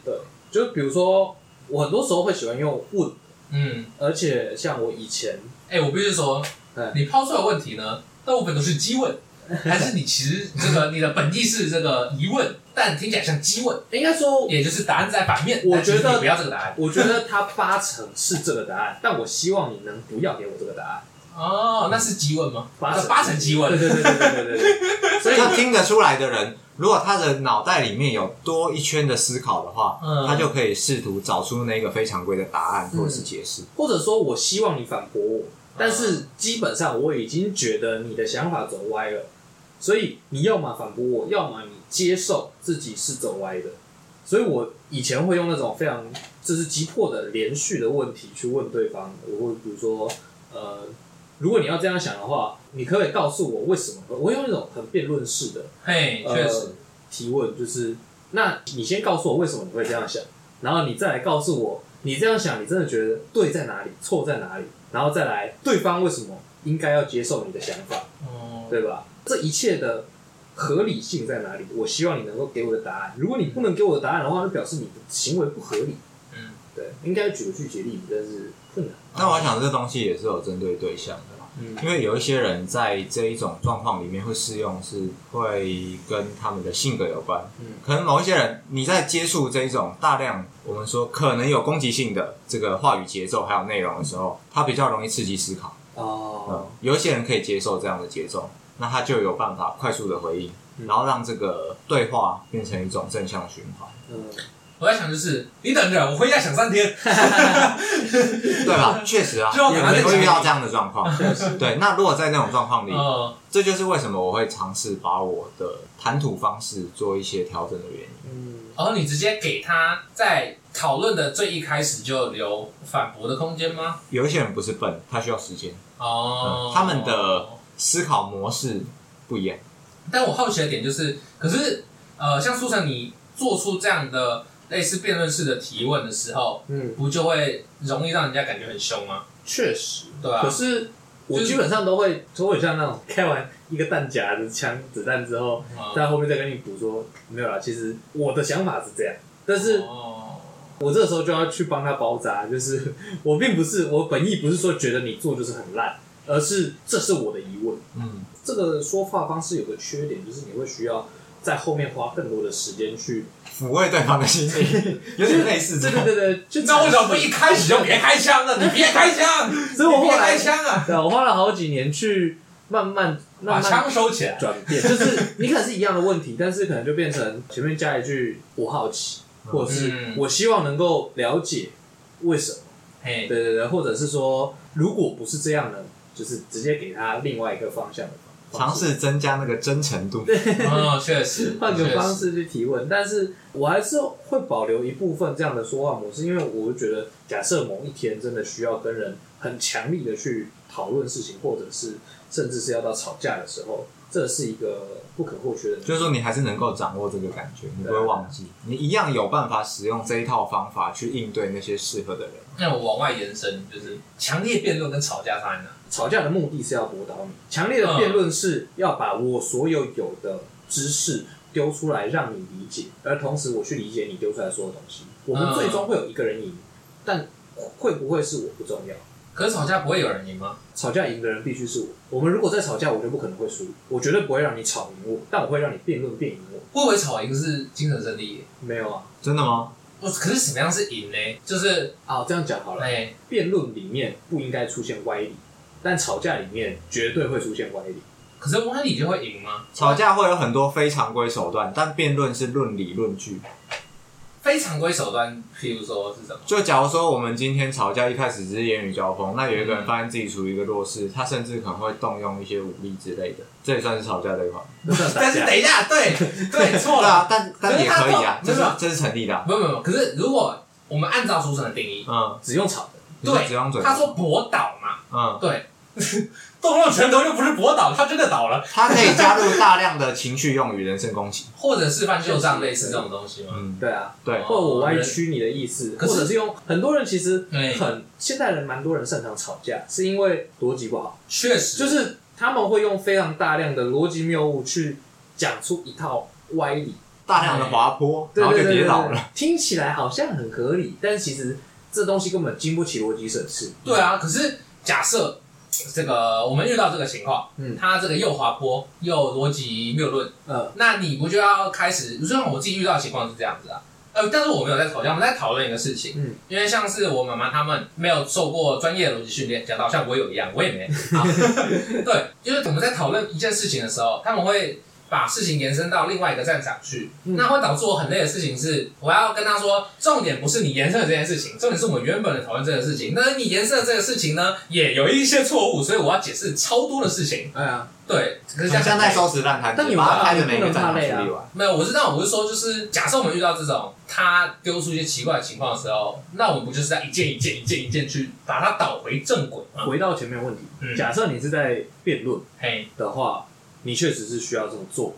[SPEAKER 2] 就比如说我很多时候会喜欢用问，
[SPEAKER 1] 嗯，
[SPEAKER 2] 而且像我以前
[SPEAKER 1] 哎，我必须说
[SPEAKER 2] 嗯，
[SPEAKER 1] 你抛出来的问题呢，大部分都是激问，还是你其实这个你的本意是这个疑问，但听起来像激问，
[SPEAKER 2] 应该说，
[SPEAKER 1] 也就是答案在反面。
[SPEAKER 2] 我
[SPEAKER 1] 但其实
[SPEAKER 2] 觉得
[SPEAKER 1] 你不要这个答案
[SPEAKER 2] 我觉得它八成是这个答案，但我希望你能不要给我这个答案。
[SPEAKER 1] 哦，那是激问吗？
[SPEAKER 2] 八成
[SPEAKER 1] 八成激
[SPEAKER 2] 对
[SPEAKER 1] 问，
[SPEAKER 2] 对对对对对对，所以
[SPEAKER 3] 那听得出来的人，如果他的脑袋里面有多一圈的思考的话，
[SPEAKER 1] 嗯
[SPEAKER 3] 他就可以试图找出那个非常规的答案
[SPEAKER 2] 嗯
[SPEAKER 3] 或者是解释。
[SPEAKER 2] 或者说我希
[SPEAKER 1] 哦
[SPEAKER 2] 望你反驳我，但是基本上我已经觉得你的想法走歪了，所以你要么反驳我，要么你接受自己是走歪的。所以我以前会用那种非常就是急迫的连续的问题去问对方，我会比如说，呃，如果你要这样想的话，你可不可以告诉我为什么？我会用那种很辩论式的，
[SPEAKER 1] 嘿，确
[SPEAKER 2] 呃
[SPEAKER 1] 实，
[SPEAKER 2] 提问，就是那你先告诉我为什么你会这样想，然后你再来告诉我你这样想你真的觉得对在哪里，错在哪里，然后再来对方为什么应该要接受你的想法，
[SPEAKER 1] 哦，
[SPEAKER 2] 呃对吧？这一切的合理性在哪里？我希望你能够给我的答案。如果你不能给我的答案的话，那表示你的行为不合理。
[SPEAKER 1] 嗯，
[SPEAKER 2] 对，应该举个具体例子，但是困难。
[SPEAKER 3] 那我想这东西也是有针对对象的嘛，
[SPEAKER 2] 嗯
[SPEAKER 3] 因为有一些人在这一种状况里面会适用，是会跟他们的性格有关。
[SPEAKER 2] 嗯
[SPEAKER 3] 可能某一些人你在接触这一种大量我们说可能有攻击性的这个话语节奏还有内容的时候，他比较容易刺激思考。嗯
[SPEAKER 2] 哦，，
[SPEAKER 3] 有一些人可以接受这样的节奏，那他就有办法快速的回应，然后让这个对话变成一种正向循环，
[SPEAKER 2] 嗯，
[SPEAKER 1] 我在想就是，你等着，我回家想三天，
[SPEAKER 3] 对吧？确实啊，
[SPEAKER 1] 就
[SPEAKER 3] 我们会遇
[SPEAKER 1] 感
[SPEAKER 3] 到
[SPEAKER 1] 觉
[SPEAKER 3] 这样的状况。
[SPEAKER 2] 确实，
[SPEAKER 3] 对，那如果在那种状况里，
[SPEAKER 1] 嗯，
[SPEAKER 3] 这就是为什么我会尝试把我的谈吐方式做一些调整的原因。
[SPEAKER 2] 嗯，
[SPEAKER 1] 然后你直接给他在讨论的最一开始就留反驳的空间吗？
[SPEAKER 3] 有一些人不是笨，他需要时间，
[SPEAKER 1] 哦
[SPEAKER 3] 嗯，他们的思考模式不一样。
[SPEAKER 1] 但我好奇的点就是，可是呃，像苏晨你做出这样的类似辩论式的提问的时候，
[SPEAKER 2] 嗯，
[SPEAKER 1] 不就会容易让人家感觉很凶吗？
[SPEAKER 2] 确实。
[SPEAKER 1] 对啊
[SPEAKER 2] 可，是我
[SPEAKER 1] 就是
[SPEAKER 2] 基本上都会都会像那种开完一个弹夹的枪子弹之后，
[SPEAKER 1] 嗯
[SPEAKER 2] 在后面再跟你补说没有啦，其实我的想法是这样，但是
[SPEAKER 1] 哦
[SPEAKER 2] 我这个时候就要去帮他包扎，就是 我并不是我本意不是说觉得你做就是很烂，而是这是我的疑问。
[SPEAKER 3] 嗯，
[SPEAKER 2] 这个说话方式有个缺点，就是你会需要在后面花更多的时间 去，
[SPEAKER 3] 抚慰对方的心情，有点类似这
[SPEAKER 2] 对
[SPEAKER 3] 样
[SPEAKER 2] 对。对对， 就
[SPEAKER 1] 那为什么不一开始就别开枪呢？你别开 枪，你
[SPEAKER 2] 所以我后
[SPEAKER 1] 别开
[SPEAKER 2] 来，
[SPEAKER 1] 枪啊！
[SPEAKER 2] 对，我花了好几年去慢慢
[SPEAKER 1] 把
[SPEAKER 2] 慢慢
[SPEAKER 1] 枪收起来。
[SPEAKER 2] 转变，就是你可能是一样的问题，但是可能就变成前面加一句“我好奇”，或者是
[SPEAKER 1] 嗯
[SPEAKER 2] 我希望能够了解为什么，
[SPEAKER 1] 嘿
[SPEAKER 2] 对，对对，或者是说如果不是这样呢，就是直接给他另外一个方向的方
[SPEAKER 3] 尝试增加那个真诚度。
[SPEAKER 1] 嗯，确实，
[SPEAKER 2] 换个方
[SPEAKER 1] 确实，
[SPEAKER 2] 式去提问，但是我还是会保留一部分这样的说话模式，因为我觉得，假设某一天真的需要跟人很强力的去讨论事情，或者是甚至是要到吵架的时候，这是一个不可或缺的能力，
[SPEAKER 3] 就是说，你还是能够掌握这个感觉，你不会忘记，你一样有办法使用这一套方法去应对那些适合的人。
[SPEAKER 1] 那我往外延伸，就是强烈辩论跟吵架差在哪？
[SPEAKER 2] 吵架的目的是要驳倒你，强烈的辩论是要把我所有有的知识丢出来让你理解，而同时我去理解你丢出来所有东西。我们
[SPEAKER 1] 嗯
[SPEAKER 2] 最终会有一个人赢，但会不会是我不重要。
[SPEAKER 1] 可是吵架不会有人赢吗？
[SPEAKER 2] 吵架赢的人必须是我。我们如果在吵架，我就不可能会输，我绝对不会让你吵赢我，但我会让你辩论辩赢我。
[SPEAKER 1] 会不会吵赢是精神胜利耶？
[SPEAKER 2] 没有啊，
[SPEAKER 3] 真的吗？
[SPEAKER 1] 我可是什么样是赢呢？就是
[SPEAKER 2] 好，这样讲好了。
[SPEAKER 1] 哎，
[SPEAKER 2] 辩论里面不应该出现歪理，但吵架里面绝对会出现歪理。
[SPEAKER 1] 可是歪理就会赢吗？
[SPEAKER 3] 吵架会有很多非常规手段，但辩论是论理论据。
[SPEAKER 1] 非常规手段，譬如说是什么？
[SPEAKER 3] 就假如说我们今天吵架一开始只是言语交锋，那有一个人发现自己处于一个弱势，他甚至可能会动用一些武力之类的，这也算是吵架的一环。
[SPEAKER 2] 那算 打
[SPEAKER 1] 但是
[SPEAKER 2] 架
[SPEAKER 1] 等一下，对啊 对错
[SPEAKER 3] 对
[SPEAKER 1] 了，
[SPEAKER 3] 啊，但但也可以啊，
[SPEAKER 1] 可
[SPEAKER 3] 这
[SPEAKER 1] 是
[SPEAKER 3] 是
[SPEAKER 1] 他
[SPEAKER 3] 这是成立的啊、
[SPEAKER 1] 没有没有。没有可是如果我们按照书生的定义，
[SPEAKER 3] 嗯，
[SPEAKER 2] 只用吵的。
[SPEAKER 3] 你是只用嘴
[SPEAKER 1] 对，他说博倒嘛，
[SPEAKER 3] 嗯，
[SPEAKER 1] 对， 动用拳头又不是博倒，他真的倒了，
[SPEAKER 3] 他可以加入大量的情绪用语、人身攻击。
[SPEAKER 1] 或者示范旧账类似这种东西吗？
[SPEAKER 3] 嗯，
[SPEAKER 2] 对啊，
[SPEAKER 3] 对，
[SPEAKER 2] 或者我歪曲你的意思，
[SPEAKER 1] 可
[SPEAKER 2] 或
[SPEAKER 1] 是
[SPEAKER 2] 者是用很多人其实
[SPEAKER 1] 对
[SPEAKER 3] 哎
[SPEAKER 2] 很现代人蛮多人擅长吵架，是因为逻辑不好，
[SPEAKER 1] 确实，
[SPEAKER 2] 就是他们会用非常大量的逻辑谬误去讲出一套歪理，
[SPEAKER 3] 大量的滑坡，
[SPEAKER 2] 对
[SPEAKER 3] 然后
[SPEAKER 2] 对
[SPEAKER 3] 就
[SPEAKER 2] 对
[SPEAKER 3] 跌
[SPEAKER 2] 对
[SPEAKER 3] 倒
[SPEAKER 2] 对
[SPEAKER 3] 了。，
[SPEAKER 2] 听起来好像很合理，但其实这东西根本经不起逻辑审视。
[SPEAKER 1] 对啊，可是假设这个我们遇到这个情况，
[SPEAKER 2] 嗯
[SPEAKER 1] 他这个又滑坡又逻辑谬论，
[SPEAKER 2] 呃，
[SPEAKER 1] 那你不就要开始？就像我自己遇到的情况是这样子啊。呃，但是我没有在吵架，我们在讨论一个事情。
[SPEAKER 2] 嗯，
[SPEAKER 1] 因为像是我妈妈他们没有受过专业的逻辑训练，讲的好像我有一样，我也没。啊对，因为我们在讨论一件事情的时候，他们会把事情延伸到另外一个战场去，
[SPEAKER 2] 嗯
[SPEAKER 1] 那会导致我很累的事情是，我要跟他说，重点不是你延伸的这件事情，重点是我们原本的讨论这个事情。那你延伸的这个事情呢，也有一些错误，所以我要解释超多的事情。
[SPEAKER 2] 哎呀，
[SPEAKER 1] 对，可是这
[SPEAKER 3] 很
[SPEAKER 1] 样
[SPEAKER 3] 像在收拾烂摊子，
[SPEAKER 2] 但你
[SPEAKER 3] 把它
[SPEAKER 2] 玩
[SPEAKER 3] 开
[SPEAKER 2] 了
[SPEAKER 3] 的每
[SPEAKER 2] 你不
[SPEAKER 3] 个
[SPEAKER 2] 能怕
[SPEAKER 3] 战场处
[SPEAKER 2] 累啊
[SPEAKER 3] 理完。
[SPEAKER 1] 没有，我是那种，我是说，就是假设我们遇到这种他丢出一些奇怪的情况的时候，那我们不就是在一件一件一件一件去把它导回正轨吗？
[SPEAKER 2] 回到前面问题，
[SPEAKER 1] 嗯
[SPEAKER 2] 假设你是在辩论
[SPEAKER 1] 嘿，
[SPEAKER 2] 的话，你确实是需要这么做，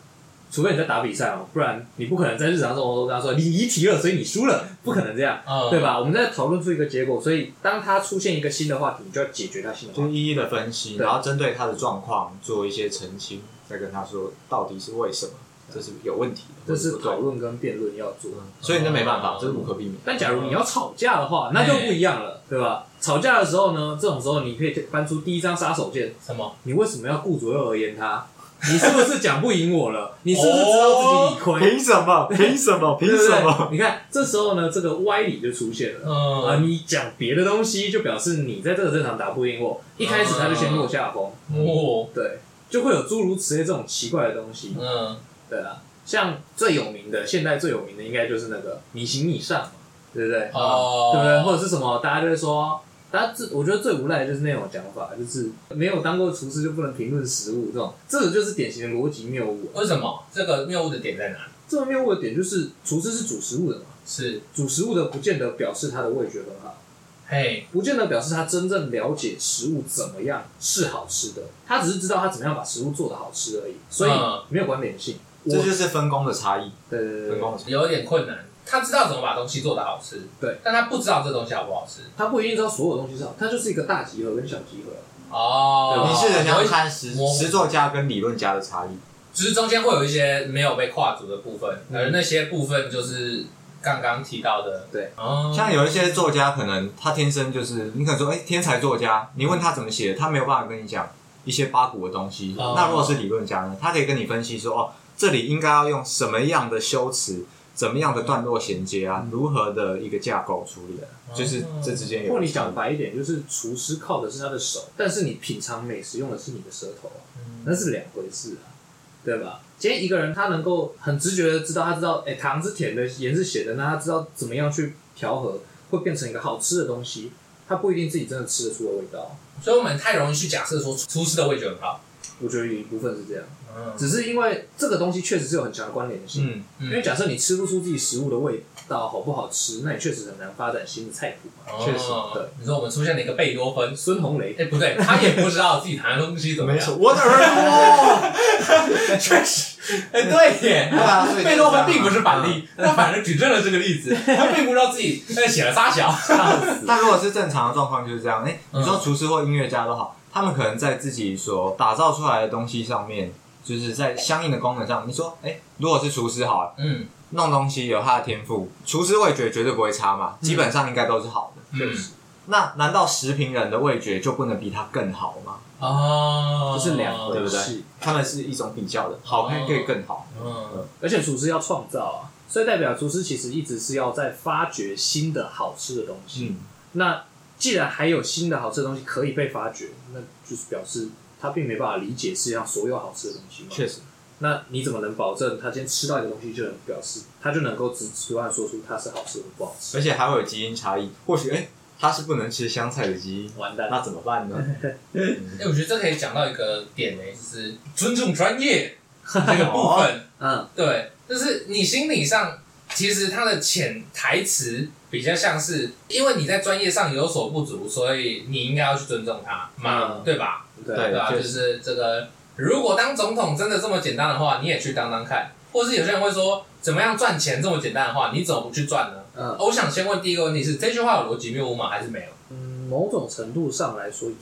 [SPEAKER 2] 除非你在打比赛哦，不然你不可能在日常生活中跟他说你离题了，所以你输了，不可能这样，
[SPEAKER 1] 嗯，
[SPEAKER 2] 对？吧？我们在讨论出一个结果，所以当它出现一个新的话题，你就要解决它新的话
[SPEAKER 3] 就
[SPEAKER 2] 题。
[SPEAKER 3] 一一的分析，
[SPEAKER 2] 对
[SPEAKER 3] 然后针对他的状况做一些澄清，再跟他说到底是为什么，这是有问题的，
[SPEAKER 2] 这是
[SPEAKER 3] 或者不对
[SPEAKER 2] 讨论跟辩论要做的。
[SPEAKER 3] 所以那没办法
[SPEAKER 1] 哦，
[SPEAKER 3] 这是无可避免。
[SPEAKER 2] 但假如你要吵架的话，那就不一样了，对吧？吵架的时候呢，这种时候你可以搬出第一张杀手锏，
[SPEAKER 1] 什么？
[SPEAKER 2] 你为什么要顾左右而言他？你是不是讲不赢我了？你是不是知道自己理亏？
[SPEAKER 3] 什么？凭什么？哦凭
[SPEAKER 2] 对不对？？你看这时候呢，这个歪理就出现了。
[SPEAKER 1] 嗯
[SPEAKER 2] 啊，你讲别的东西，就表示你在这个战场打不赢我。一开始他就先落下风，
[SPEAKER 1] 哦，
[SPEAKER 2] 对，就会有诸如此类这种奇怪的东西。
[SPEAKER 1] 嗯，
[SPEAKER 2] 对啊，像最有名的，现代最有名的应该就是那个你行你上嘛，对不对？
[SPEAKER 1] 哦，
[SPEAKER 2] 啊对不对？或者是什么，大家就会说，大家最我觉得最无赖的就是那种讲法，就是没有当过厨师就不能评论食物这种，这种就是典型的逻辑谬误啊。
[SPEAKER 1] 为什么这个谬误的点在哪？
[SPEAKER 2] 这种谬误的点就是，厨师是煮食物的嘛，
[SPEAKER 1] 是，
[SPEAKER 2] 煮食物的不见得表示他的味觉很好。
[SPEAKER 1] 嘿，
[SPEAKER 2] 不见得表示他真正了解食物怎么样是好吃的，他只是知道他怎么样把食物做的好吃而已，所以
[SPEAKER 1] 嗯
[SPEAKER 2] 没有关联性。我
[SPEAKER 3] 这就是分工的差异，
[SPEAKER 2] 对对对
[SPEAKER 3] 分
[SPEAKER 2] 对，
[SPEAKER 3] 工的差异。
[SPEAKER 1] 有点困难。他知道怎么把东西做得好吃，
[SPEAKER 2] 对，
[SPEAKER 1] 但他不知道这东西好不好吃。
[SPEAKER 2] 他不一定知道所有东西是好，他就是一个大集合跟小集合。
[SPEAKER 1] 哦，
[SPEAKER 3] 你是很
[SPEAKER 1] 有
[SPEAKER 3] 想
[SPEAKER 1] 一
[SPEAKER 3] 看实
[SPEAKER 1] 模糊
[SPEAKER 3] 实作家跟理论家的差异，
[SPEAKER 1] 只是中间会有一些没有被跨足的部分，
[SPEAKER 2] 嗯
[SPEAKER 1] 而那些部分就是刚刚提到的，
[SPEAKER 2] 对，
[SPEAKER 1] 哦，
[SPEAKER 3] 像有一些作家，可能他天生就是，你可能说，哎，天才作家，你问他怎么写，他没有办法跟你讲一些八股的东西。
[SPEAKER 1] 哦
[SPEAKER 3] 那如果是理论家呢，他可以跟你分析说，哦，这里应该要用什么样的修辞，怎么样的段落衔接啊，如何的一个架构处理，就是这之间
[SPEAKER 1] 哦
[SPEAKER 3] 有。
[SPEAKER 2] 或你讲白一点，就是厨师靠的是他的手，但是你品尝美食用的是你的舌头啊，
[SPEAKER 3] 嗯
[SPEAKER 2] 那是两回事啊，对吧？今天一个人他能够很直觉的知道，他知道，哎、糖是甜的，盐是咸的，那他知道怎么样去调和，会变成一个好吃的东西。他不一定自己真的吃得出的味道，
[SPEAKER 1] 所以我们太容易去假设说厨师的味觉很好，
[SPEAKER 2] 我觉得有一部分是这样，
[SPEAKER 1] 嗯
[SPEAKER 2] 只是因为这个东西确实是有很强的关联性。
[SPEAKER 3] 嗯，
[SPEAKER 2] 因为假设你吃不出自己食物的味道好不好吃，那你确实很难发展新的菜谱嘛。
[SPEAKER 1] 哦
[SPEAKER 3] 确实
[SPEAKER 2] 对
[SPEAKER 1] 你说我们出现了一个贝多芬，
[SPEAKER 2] 孙红雷
[SPEAKER 1] 哎，不对，他也不知道自己弹的东西怎么
[SPEAKER 3] 没
[SPEAKER 1] 样，
[SPEAKER 3] 错，我的耳朵。
[SPEAKER 1] 确实，哎，对耶
[SPEAKER 3] 对。啊，所以
[SPEAKER 1] 贝多芬并不是反例，他反而举证了这个例子，他并不知道自己在写了仨小，
[SPEAKER 3] 但如果是正常的状况就是这样，哎、
[SPEAKER 1] 嗯
[SPEAKER 3] 你说厨师或音乐家都好，他们可能在自己所打造出来的东西上面，就是在相应的功能上，你说，哎、如果是厨师好了，
[SPEAKER 1] 嗯
[SPEAKER 3] 弄东西有他的天赋，厨师味觉绝对不会差嘛，基本上应该都是好的。
[SPEAKER 1] 嗯，
[SPEAKER 3] 那难道食评人的味觉就不能比他更好吗？
[SPEAKER 1] 哦，
[SPEAKER 2] 这是两
[SPEAKER 3] 对
[SPEAKER 2] 回
[SPEAKER 3] 不
[SPEAKER 2] 事
[SPEAKER 3] 对，？他们是一种比较的，好看可以更好。
[SPEAKER 1] 嗯
[SPEAKER 2] 而且厨师要创造啊，所以代表厨师其实一直是要在发掘新的好吃的东西。
[SPEAKER 3] 嗯，
[SPEAKER 2] 那既然还有新的好吃的东西可以被发掘，那就是表示他并没办法理解世界上所有好吃的东西嘛。
[SPEAKER 3] 确实，
[SPEAKER 2] 那你怎么能保证他今天吃到一个东西就能表示他就能够直直观地说出它是好吃或不好吃？
[SPEAKER 3] 而且还会有基因差异，或许哎、他是不能吃香菜的基因，
[SPEAKER 2] 完蛋了
[SPEAKER 3] 那怎么办呢？
[SPEAKER 1] 哎、我觉得这可以讲到一个点呢、就是尊重专业 这个部
[SPEAKER 3] 哦
[SPEAKER 1] 分。
[SPEAKER 2] 嗯，
[SPEAKER 1] 对，就是你心理上其实它的潜台词比较像是，因为你在专业上有所不足，所以你应该要去尊重他嘛，
[SPEAKER 2] 嗯
[SPEAKER 1] 对吧？
[SPEAKER 2] 对啊
[SPEAKER 3] 对
[SPEAKER 1] 对吧？
[SPEAKER 3] 确
[SPEAKER 1] 就
[SPEAKER 3] 实
[SPEAKER 1] 是这个，如果当总统真的这么简单的话，你也去当当看。或是有些人会说，怎么样赚钱这么简单的话，你怎么不去赚呢？
[SPEAKER 2] 嗯
[SPEAKER 1] 我想先问第一个问题是，这句话有逻辑谬误吗？还是没有？
[SPEAKER 2] 嗯，某种程度上来说有，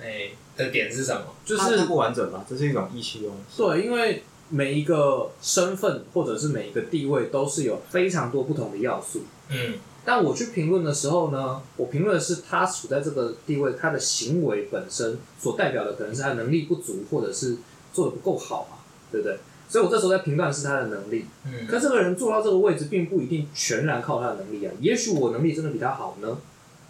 [SPEAKER 1] 哎、的点是什么？
[SPEAKER 2] 就
[SPEAKER 3] 它它
[SPEAKER 2] 是
[SPEAKER 3] 不完整吧，这是一种意气用事。
[SPEAKER 2] 对，因为每一个身份或者是每一个地位都是有非常多不同的要素。
[SPEAKER 1] 嗯
[SPEAKER 2] 但我去评论的时候呢，我评论的是他处在这个地位，他的行为本身所代表的可能是他能力不足，或者是做的不够好嘛，对不对？所以我这时候在评断的是他的能力，
[SPEAKER 1] 嗯，
[SPEAKER 2] 可这个人做到这个位置，并不一定全然靠他的能力啊。也许我能力真的比他好呢，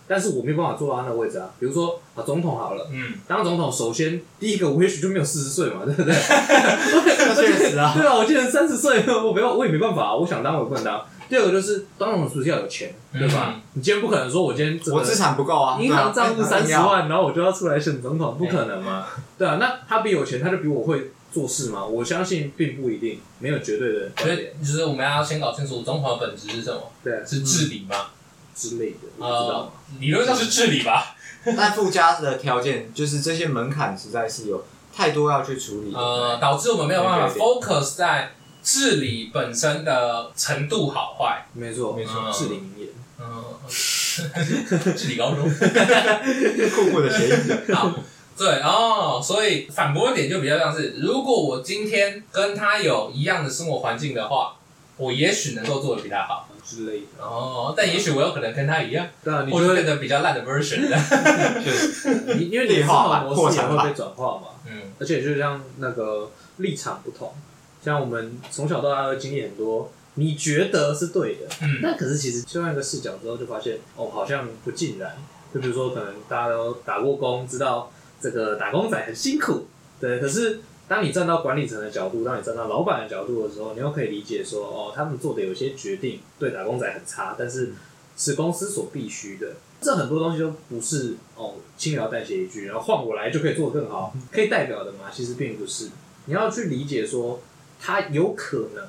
[SPEAKER 2] 但是我没有办法坐到他那个位置啊。比如说啊，总统好了，
[SPEAKER 1] 嗯，
[SPEAKER 2] 当总统首先第一个我也许就没有四十岁嘛，对 不对？ 确
[SPEAKER 3] 实啊
[SPEAKER 2] 对 啊，我记得三十岁，我没有，我也没办法啊、我想当我也不能当。第二个就是当总统是不是要有钱，对吧？
[SPEAKER 1] 嗯
[SPEAKER 2] 你今天不可能说我今天这个
[SPEAKER 3] 我资产不够啊，
[SPEAKER 2] 银行账户
[SPEAKER 3] 对啊
[SPEAKER 2] 三十，万，然后我就要出来选总统，不可能嘛？对啊，那他比我有钱，他就比我会做事吗？我相信并不一定，没有绝对的
[SPEAKER 1] 所
[SPEAKER 2] 观
[SPEAKER 1] 以
[SPEAKER 2] 点，
[SPEAKER 1] 就是我们要先搞清楚总统的本质是什么，
[SPEAKER 2] 对啊
[SPEAKER 1] 是治理吗？
[SPEAKER 2] 之类的，你知道
[SPEAKER 1] 呃？，
[SPEAKER 2] 吗
[SPEAKER 1] 理论上是治理吧。
[SPEAKER 3] 但附加的条件就是这些门槛实在是有太多要去处理的。
[SPEAKER 1] 呃，导致我们没有办法
[SPEAKER 3] 对对
[SPEAKER 1] focus 在治理本身的程度好坏。
[SPEAKER 2] 没错，
[SPEAKER 3] 没
[SPEAKER 1] 错
[SPEAKER 2] 是林言。
[SPEAKER 1] 嗯，治理高中。
[SPEAKER 3] 酷酷的协 议，
[SPEAKER 1] 好，对哦，所以反驳点就比较像是，如果我今天跟他有一样的生活环境的话，我也许能够做的比他好。
[SPEAKER 2] 之类的，
[SPEAKER 1] 哦，但也许我有可能跟他一样，
[SPEAKER 2] 对啊，你
[SPEAKER 1] 或者
[SPEAKER 2] 就
[SPEAKER 1] 变
[SPEAKER 2] 会
[SPEAKER 1] 得比较烂的 version 的。
[SPEAKER 3] 确实
[SPEAKER 2] 你因为你的
[SPEAKER 3] 劣化版
[SPEAKER 2] 思考模式也
[SPEAKER 3] 破产版
[SPEAKER 2] 会被转化嘛，
[SPEAKER 1] 嗯
[SPEAKER 2] 而且就像那个立场不同，像我们从小到大会经历很多，你觉得是对的，
[SPEAKER 1] 嗯，
[SPEAKER 2] 但可是其实切换一个视角之后，就发现哦，好像不尽然。就比如说，可能大家都打过工，知道这个打工仔很辛苦，对。可是当你站到管理层的角度，当你站到老板的角度的时候，你又可以理解说，哦，他们做的有些决定对打工仔很差，但是是公司所必须的。这很多东西都不是哦，轻描淡写一句，然后换我来就可以做得更好，哦可以代表的嘛？其实并不是。你要去理解说，他有可能，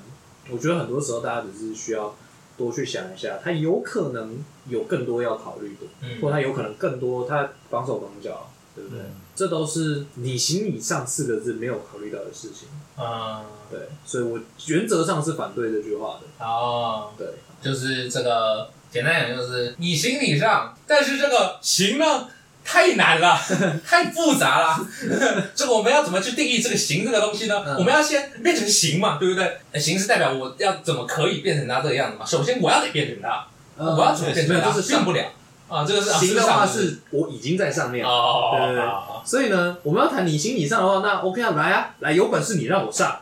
[SPEAKER 2] 我觉得很多时候大家只是需要多去想一下，他有可能有更多要考虑的，
[SPEAKER 1] 嗯
[SPEAKER 2] 或他有可能更多他绑手绑脚，对不对？
[SPEAKER 3] 嗯
[SPEAKER 2] 这都是你行你上四个字没有考虑到的事情，
[SPEAKER 1] 嗯，
[SPEAKER 2] 对，所以我原则上是反对这句话的，
[SPEAKER 1] 哦，
[SPEAKER 2] 对，
[SPEAKER 1] 就是这个，简单讲就是你行你上，但是这个行 呢？太难了，太复杂了。 这个我们要怎么去定义这个行这个东西呢？
[SPEAKER 2] 嗯
[SPEAKER 1] 我们要先变成行嘛，对不对？呃行是代表我要怎么可以变成他这个样子嘛？首先我要得变成他，呃我要怎么变
[SPEAKER 2] 嗯
[SPEAKER 1] 成
[SPEAKER 2] 没有，
[SPEAKER 1] 他？
[SPEAKER 2] 就是
[SPEAKER 1] 上
[SPEAKER 2] 上
[SPEAKER 1] 不了啊，这个是
[SPEAKER 2] 行的话
[SPEAKER 1] 啊
[SPEAKER 2] 是我已经在上面了。
[SPEAKER 1] 哦，
[SPEAKER 2] 对对对
[SPEAKER 1] 好
[SPEAKER 2] 所以呢，我们要谈你行你上的话，那 OK 啊，来啊，来，有本事你让我
[SPEAKER 1] 啊
[SPEAKER 2] 上，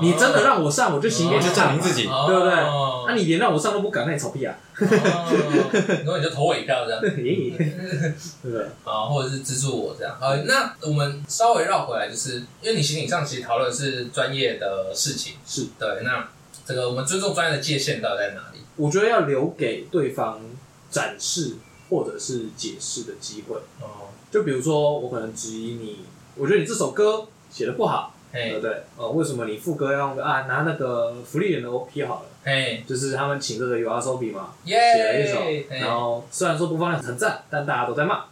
[SPEAKER 2] 你真的让我上，我就行给
[SPEAKER 3] 我
[SPEAKER 2] 你
[SPEAKER 3] 就
[SPEAKER 2] 上
[SPEAKER 3] 占
[SPEAKER 2] 嘛
[SPEAKER 3] 领自己，
[SPEAKER 1] 哦
[SPEAKER 2] 对不对
[SPEAKER 1] 哦
[SPEAKER 2] 那、你连让我上都不敢，那你吵屁啊！
[SPEAKER 1] 然后你就投我一票这样。
[SPEAKER 2] 耶 对不对？
[SPEAKER 1] 啊，或者是资助我这样。呃，那我们稍微绕回来，就是因为你行李上其实讨论的是专业的事情，
[SPEAKER 2] 是
[SPEAKER 1] 对。那这个我们尊重专业的界限到底在哪里？
[SPEAKER 2] 我觉得要留给对方展示或者是解释的机会。
[SPEAKER 1] 哦，
[SPEAKER 2] 就比如说，我可能质疑你，我觉得你这首歌写的不好，对
[SPEAKER 1] 嘿
[SPEAKER 2] 不，对？呃，为什么你副歌要用个啊拿那个福利人的 OP 好了？
[SPEAKER 1] 嘿，
[SPEAKER 2] 就是他们请这个 u r s o b 嘛，
[SPEAKER 1] 哎
[SPEAKER 2] 写了一首
[SPEAKER 1] 耶，，
[SPEAKER 2] 然
[SPEAKER 1] 嘿，
[SPEAKER 2] 后虽然说播放量很赞，但大家都在骂，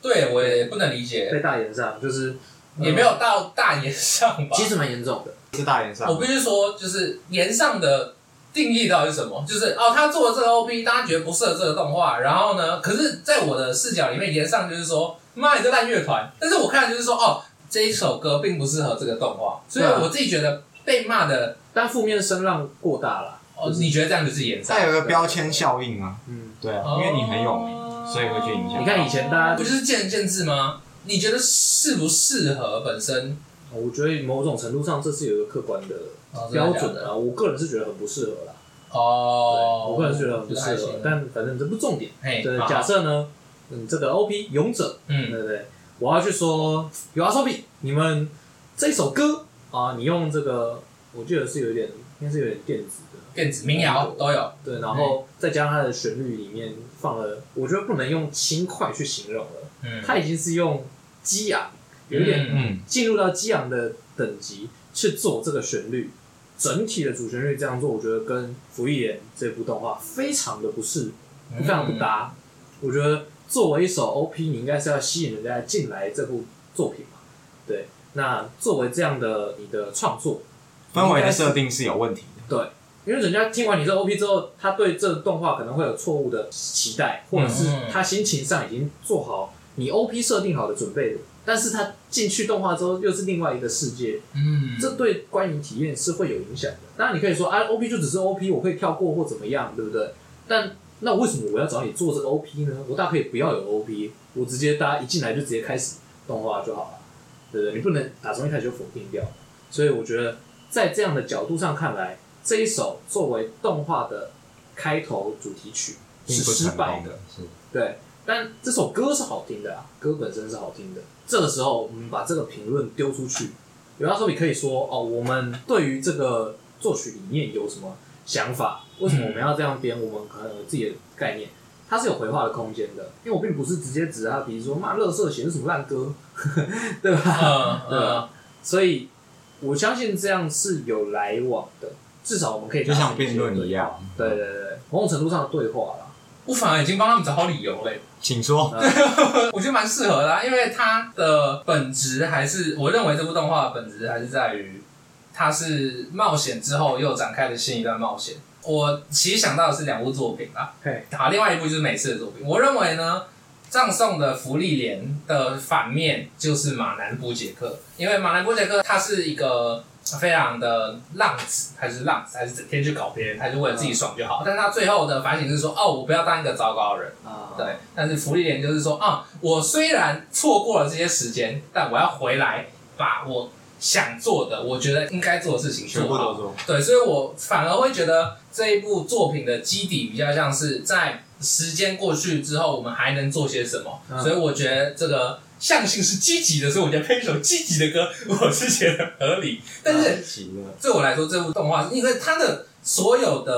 [SPEAKER 1] 对我也不能理解，
[SPEAKER 2] 被大言上，就是呃
[SPEAKER 1] 也没有到大言上吧。
[SPEAKER 2] 其实蛮严重的。
[SPEAKER 3] 是大言上
[SPEAKER 1] 我。必须说，就是言上的定义到底是什么？就是哦，他做了这个 OP，大家觉得不适合这个动画，然后呢，可是在我的视角里面，言上就是说，妈，你这烂乐团。但是我看就是说，哦，这一首歌并不适合这个动画，所以
[SPEAKER 2] 对啊
[SPEAKER 1] 我自己觉得被骂的，
[SPEAKER 2] 但负面声浪过大了，
[SPEAKER 1] 哦，你觉得这样就是言上
[SPEAKER 3] 嗯再？有一个标签效应啊，
[SPEAKER 2] 嗯，
[SPEAKER 3] 对啊，
[SPEAKER 1] 哦
[SPEAKER 3] 因为你很有名，所以会去影响。
[SPEAKER 2] 你看以前大家
[SPEAKER 1] 不就是见仁见智吗？你觉得适不适合本身？
[SPEAKER 2] 我觉得某种程度上这是有一个客观的
[SPEAKER 1] 哦真的
[SPEAKER 2] 标
[SPEAKER 1] 假
[SPEAKER 2] 准
[SPEAKER 1] 的
[SPEAKER 2] 的啊，我个人是觉得很不适合啦。
[SPEAKER 1] 哦，
[SPEAKER 2] 对，我个人觉得很不适
[SPEAKER 1] 太行
[SPEAKER 2] 合，但反正这不重点。
[SPEAKER 1] 嘿，
[SPEAKER 2] 对，
[SPEAKER 1] 哎好
[SPEAKER 2] 假设呢，嗯，这个 OP 勇者，对
[SPEAKER 1] 嗯
[SPEAKER 2] 不对？我要去说有阿 s o b 你们这首歌啊，你用这个，我记得是有点，应该是有点电子的，
[SPEAKER 1] 电子民谣都有，
[SPEAKER 2] 对，然后再加上它的旋律里面放了，我觉得不能用轻快去形容了，
[SPEAKER 1] 嗯，
[SPEAKER 2] 它已经是用激昂，有点
[SPEAKER 3] 嗯，
[SPEAKER 2] 进入到激昂的等级去做这个旋律，整体的主旋律这样做，我觉得跟《福利人》这部动画非常的不适，非常不搭。我觉得作为一首 OP，你应该是要吸引人家进来这部作品嘛。对，那作为这样的你的创作，
[SPEAKER 3] 氛围的设定是有问题的。
[SPEAKER 2] 因为人家听完你这 OP 之后，他对这个动画可能会有错误的期待，或者是他心情上已经做好你 OP 设定好的准备了，但是他进去动画之后又是另外一个世界，
[SPEAKER 1] 嗯，
[SPEAKER 2] 这对观影体验是会有影响的。当然，你可以说啊，OP 就只是 OP，我可以跳过或怎么样，对不对？但那为什么我要找你做这个 OP 呢？我大可以不要有 OP，我直接大家一进来就直接开始动画就好了，对不对？你不能打从一开始就否定掉。所以我觉得在这样的角度上看来，这一首作为动画的开头主题曲
[SPEAKER 3] 并
[SPEAKER 2] 是
[SPEAKER 3] 不
[SPEAKER 2] 失
[SPEAKER 3] 成
[SPEAKER 2] 败
[SPEAKER 3] 功
[SPEAKER 2] 的。
[SPEAKER 3] 的，是
[SPEAKER 2] 对，但这首歌是好听的啊，歌本身是好听的。这个时候，我们把这个评论丢出去，有的时候你可以说哦，我们对于这个作曲理念有什么想法？为什么我们要这样编？我们可能有自己的概念，它是有回话的空间的。因为我并不是直接指他，比如说骂乐色写的什么烂歌，对吧？
[SPEAKER 1] 嗯
[SPEAKER 2] 对啊，所以我相信这样是有来往的，至少我们可以
[SPEAKER 3] 就像
[SPEAKER 2] 达成一些
[SPEAKER 3] 辩论一样
[SPEAKER 2] 对话。对对对，某种程度上的对话啦。 呃
[SPEAKER 1] 我反而已经帮他们找好理由嘞，
[SPEAKER 3] 请说。
[SPEAKER 1] 我觉得蛮适合的、啊，因为它的本质还是，我认为这部动画的本质还是在于，它是冒险之后又展开了新一段冒险。我其实想到的是两部作品啊啦，
[SPEAKER 2] 嘿，
[SPEAKER 1] 好，另外一部就是美式的作品。我认为呢，葬送的福利莲的反面就是马南波杰克，因为马南波杰克他是一个呃非常的浪子，还是浪子，还是整天去搞别人，他就为了自己爽就好。但是他最后的反省是说，哦，我不要当一个糟糕的人。
[SPEAKER 2] 啊，
[SPEAKER 1] 对，但是福利莲就是说啊、我虽然错过了这些时间，但我要回来把我想做的，我觉得应该做的事情做好。
[SPEAKER 3] 做。
[SPEAKER 1] 对，所以我反而会觉得这一部作品的基底比较像是在时间过去之后，我们还能做些什么。
[SPEAKER 2] 嗯
[SPEAKER 1] 所以我觉得这个向性是积极的，所以我觉得配一首积极的歌，我是觉得合理。但是
[SPEAKER 3] 急了，
[SPEAKER 1] 对我来说，这部动画因为它的所有的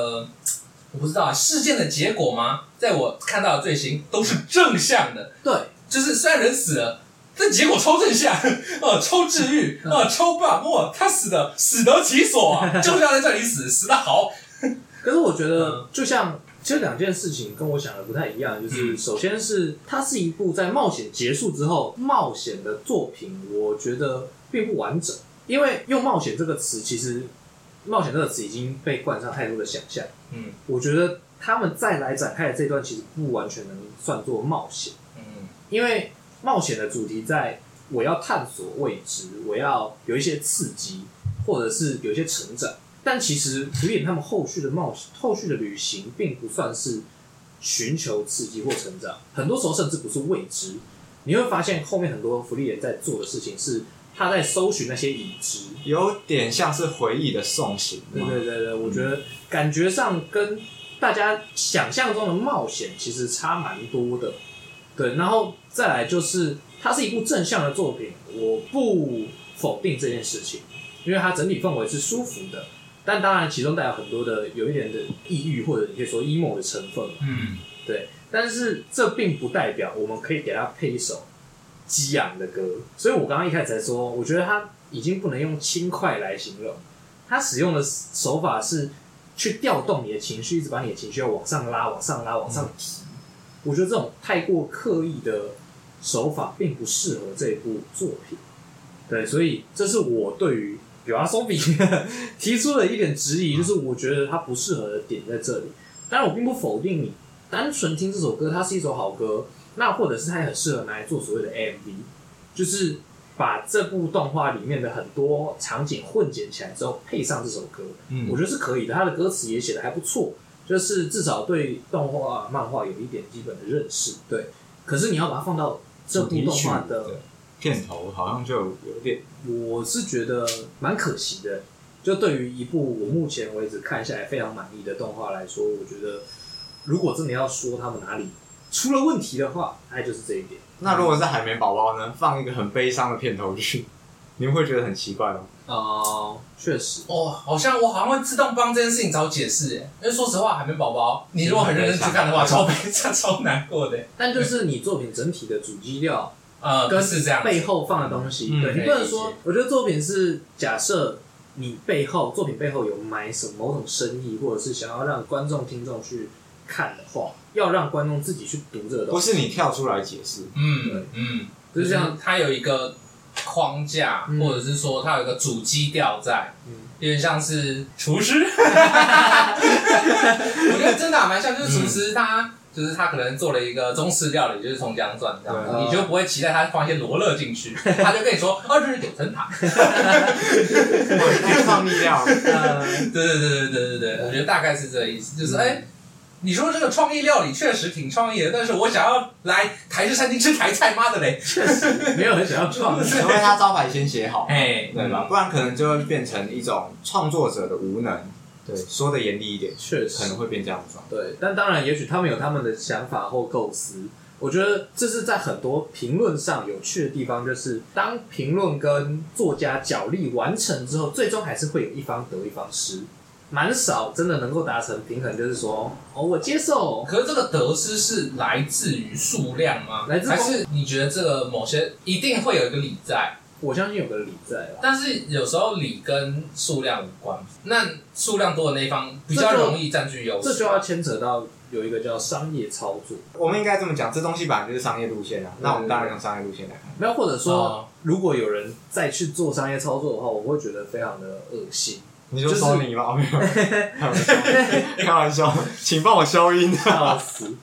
[SPEAKER 1] 我不知道啊事件的结果吗？在我看到的最新都是正向的，
[SPEAKER 2] 对，
[SPEAKER 1] 就是虽然人死了，但结果超正向， 呃，超治愈，呃，超棒，哇，他死的死得其所 啊，就是要在这里死，死得好，
[SPEAKER 2] 可是我觉
[SPEAKER 1] 嗯
[SPEAKER 2] 得，就像其实两件事情跟我想的不太一样，就是
[SPEAKER 1] 嗯
[SPEAKER 2] 首先是它是一部在冒险结束之后冒险的作品，我觉得并不完整，因为用“冒险”这个词，其实“冒险”这个词已经被冠上太多的想象。
[SPEAKER 1] 嗯
[SPEAKER 2] 我觉得他们再来展开的这段，其实不完全能算作冒险。
[SPEAKER 1] 嗯
[SPEAKER 2] 因为冒险的主题在我要探索未知，我要有一些刺激，或者是有一些成长。但其实福利他们后续的冒险、后续的旅行，并不算是寻求刺激或成长，很多时候甚至不是未知。你会发现后面很多福利人在做的事情是他在搜寻那些已知，
[SPEAKER 3] 有点像是回忆的送行
[SPEAKER 2] 对
[SPEAKER 3] 嘛。
[SPEAKER 2] 对对对，我觉得感觉上跟大家想象中的冒险其实差蛮多的。对，然后再来就是它是一部正向的作品，我不否定这件事情，因为它整体氛围是舒服的，但当然其中带有很多的有一点的抑郁或者你可以说 emo 的成分嘛。
[SPEAKER 1] 嗯，
[SPEAKER 2] 但是这并不代表我们可以给他配一首激昂的歌。所以我刚刚一开始才说，我觉得他已经不能用轻快来形容，他使用的手法是去调动你的情绪，一直把你的情绪往上拉、往上拉、往上提。我觉得这种太过刻意的手法并不适合这一部作品。对，所以这是我对于有阿松比 提出的一点质疑，就是我觉得它不适合的点在这里。当然，我并不否定你单纯听这首歌，它是一首好歌，那或者是它也很适合拿来做所谓的 MV，就是把这部动画里面的很多场景混剪起来之后，配上这首歌，
[SPEAKER 3] 嗯
[SPEAKER 2] 我觉得是可以的。它的歌词也写的还不错，就是至少对动画、漫画有一点基本的认识。对，可是你要把它放到这
[SPEAKER 3] 主
[SPEAKER 2] 部
[SPEAKER 3] 题
[SPEAKER 2] 动
[SPEAKER 3] 曲
[SPEAKER 2] 画的
[SPEAKER 3] 片头好像就有点
[SPEAKER 2] 我是觉得蛮可惜的。就对于一部我目前为止看下来非常满意的动画来说，我觉得如果真的要说他们哪里出了问题的话，那就是这一点。
[SPEAKER 3] 那如果是海绵宝宝呢，放一个很悲伤的片头曲，你们会觉得很奇怪吗？
[SPEAKER 2] 啊，确实，
[SPEAKER 1] 哦，好像我好像会自动帮这件事情找解释耶，因为说实话，海绵宝宝，你如果很认真去看 的话，超悲伤、超难过的耶，
[SPEAKER 2] 但就是你作品整体的主基调
[SPEAKER 1] 呃，
[SPEAKER 2] 跟
[SPEAKER 1] 跟是这样子，
[SPEAKER 2] 背后放的东西，
[SPEAKER 3] 嗯
[SPEAKER 2] 对
[SPEAKER 1] 可
[SPEAKER 2] 你
[SPEAKER 1] 以
[SPEAKER 2] 不能
[SPEAKER 1] 理解
[SPEAKER 2] 说，我觉得作品是假设你背后作品背后有埋什么某种深意，或者是想要让观众听众去看的话，要让观众自己去读这个东
[SPEAKER 3] 不
[SPEAKER 2] 西，
[SPEAKER 3] 是你跳出来解 释，
[SPEAKER 1] 嗯嗯，
[SPEAKER 2] 就
[SPEAKER 1] 就是是
[SPEAKER 2] 这样
[SPEAKER 1] 像它有一个框架，
[SPEAKER 2] 嗯
[SPEAKER 1] 或者是说它有一个主基调在，
[SPEAKER 2] 嗯
[SPEAKER 1] 有点像是厨师。我觉得真的还蛮像，就是厨师他。就是他可能做了一个中式料理，就是葱姜蒜这样
[SPEAKER 2] 对
[SPEAKER 1] 子，你就不会期待他放一些罗勒进去，他就跟你说，哦，这是九层塔。
[SPEAKER 3] 太放力量了。
[SPEAKER 2] 呃
[SPEAKER 1] 对对对对对对对，我觉得大概是这个意思，就是哎、你说这个创意料理确实挺创意的，但是我想要来台式餐厅吃台菜，妈的嘞！
[SPEAKER 2] 确实没有人想要创
[SPEAKER 3] 除非他招牌先写好，嗯
[SPEAKER 1] 哎，
[SPEAKER 3] 对吧？不然可能就会变成一种创作者的无能。对，说的严厉一点，
[SPEAKER 2] 确
[SPEAKER 3] 可能
[SPEAKER 2] 实
[SPEAKER 3] 会变这样子。
[SPEAKER 2] 对，但当然，也许他们有他们的想法或构思，我觉得这是在很多评论上有趣的地方，就是当评论跟作家角力完成之后，最终还是会有一方得一方失，蛮少真的能够达成平衡，就是说哦，我接受，
[SPEAKER 1] 可是这个得失是来自于数量吗？
[SPEAKER 2] 来自
[SPEAKER 1] 还是你觉得这个某些一定会有一个理在？
[SPEAKER 2] 我相信有个理在啦。
[SPEAKER 1] 但是有时候理跟数量无关，那数量多的那一方比较
[SPEAKER 2] 这就
[SPEAKER 1] 容易占据优势。
[SPEAKER 2] 这就要牵扯到有一个叫商业操作，
[SPEAKER 3] 我们应该这么讲，这东西本来就是商业路线啊，那我们当然用商业路线来看。
[SPEAKER 2] 那或者说、
[SPEAKER 1] 哦
[SPEAKER 2] 如果有人再去做商业操作的话，我会觉得非常的恶心。
[SPEAKER 3] 你
[SPEAKER 2] 就
[SPEAKER 3] 说
[SPEAKER 2] 是
[SPEAKER 3] 索尼吗？哦没有，开玩笑，开玩笑，请帮我消音。
[SPEAKER 2] 笑死！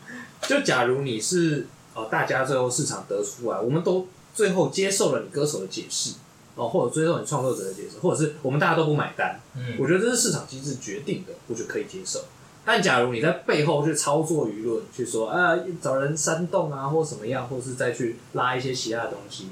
[SPEAKER 2] 就假如你是哦，大家最后市场得出来，我们都最后接受了你歌手的解释哦，或者接受你创作者的解释，或者是我们大家都不买单，
[SPEAKER 1] 嗯，
[SPEAKER 2] 我觉得这是市场机制决定的，我就可以接受。但假如你在背后去操作舆论，去说啊找人煽动啊，或什么样，或是再去拉一些其他的东西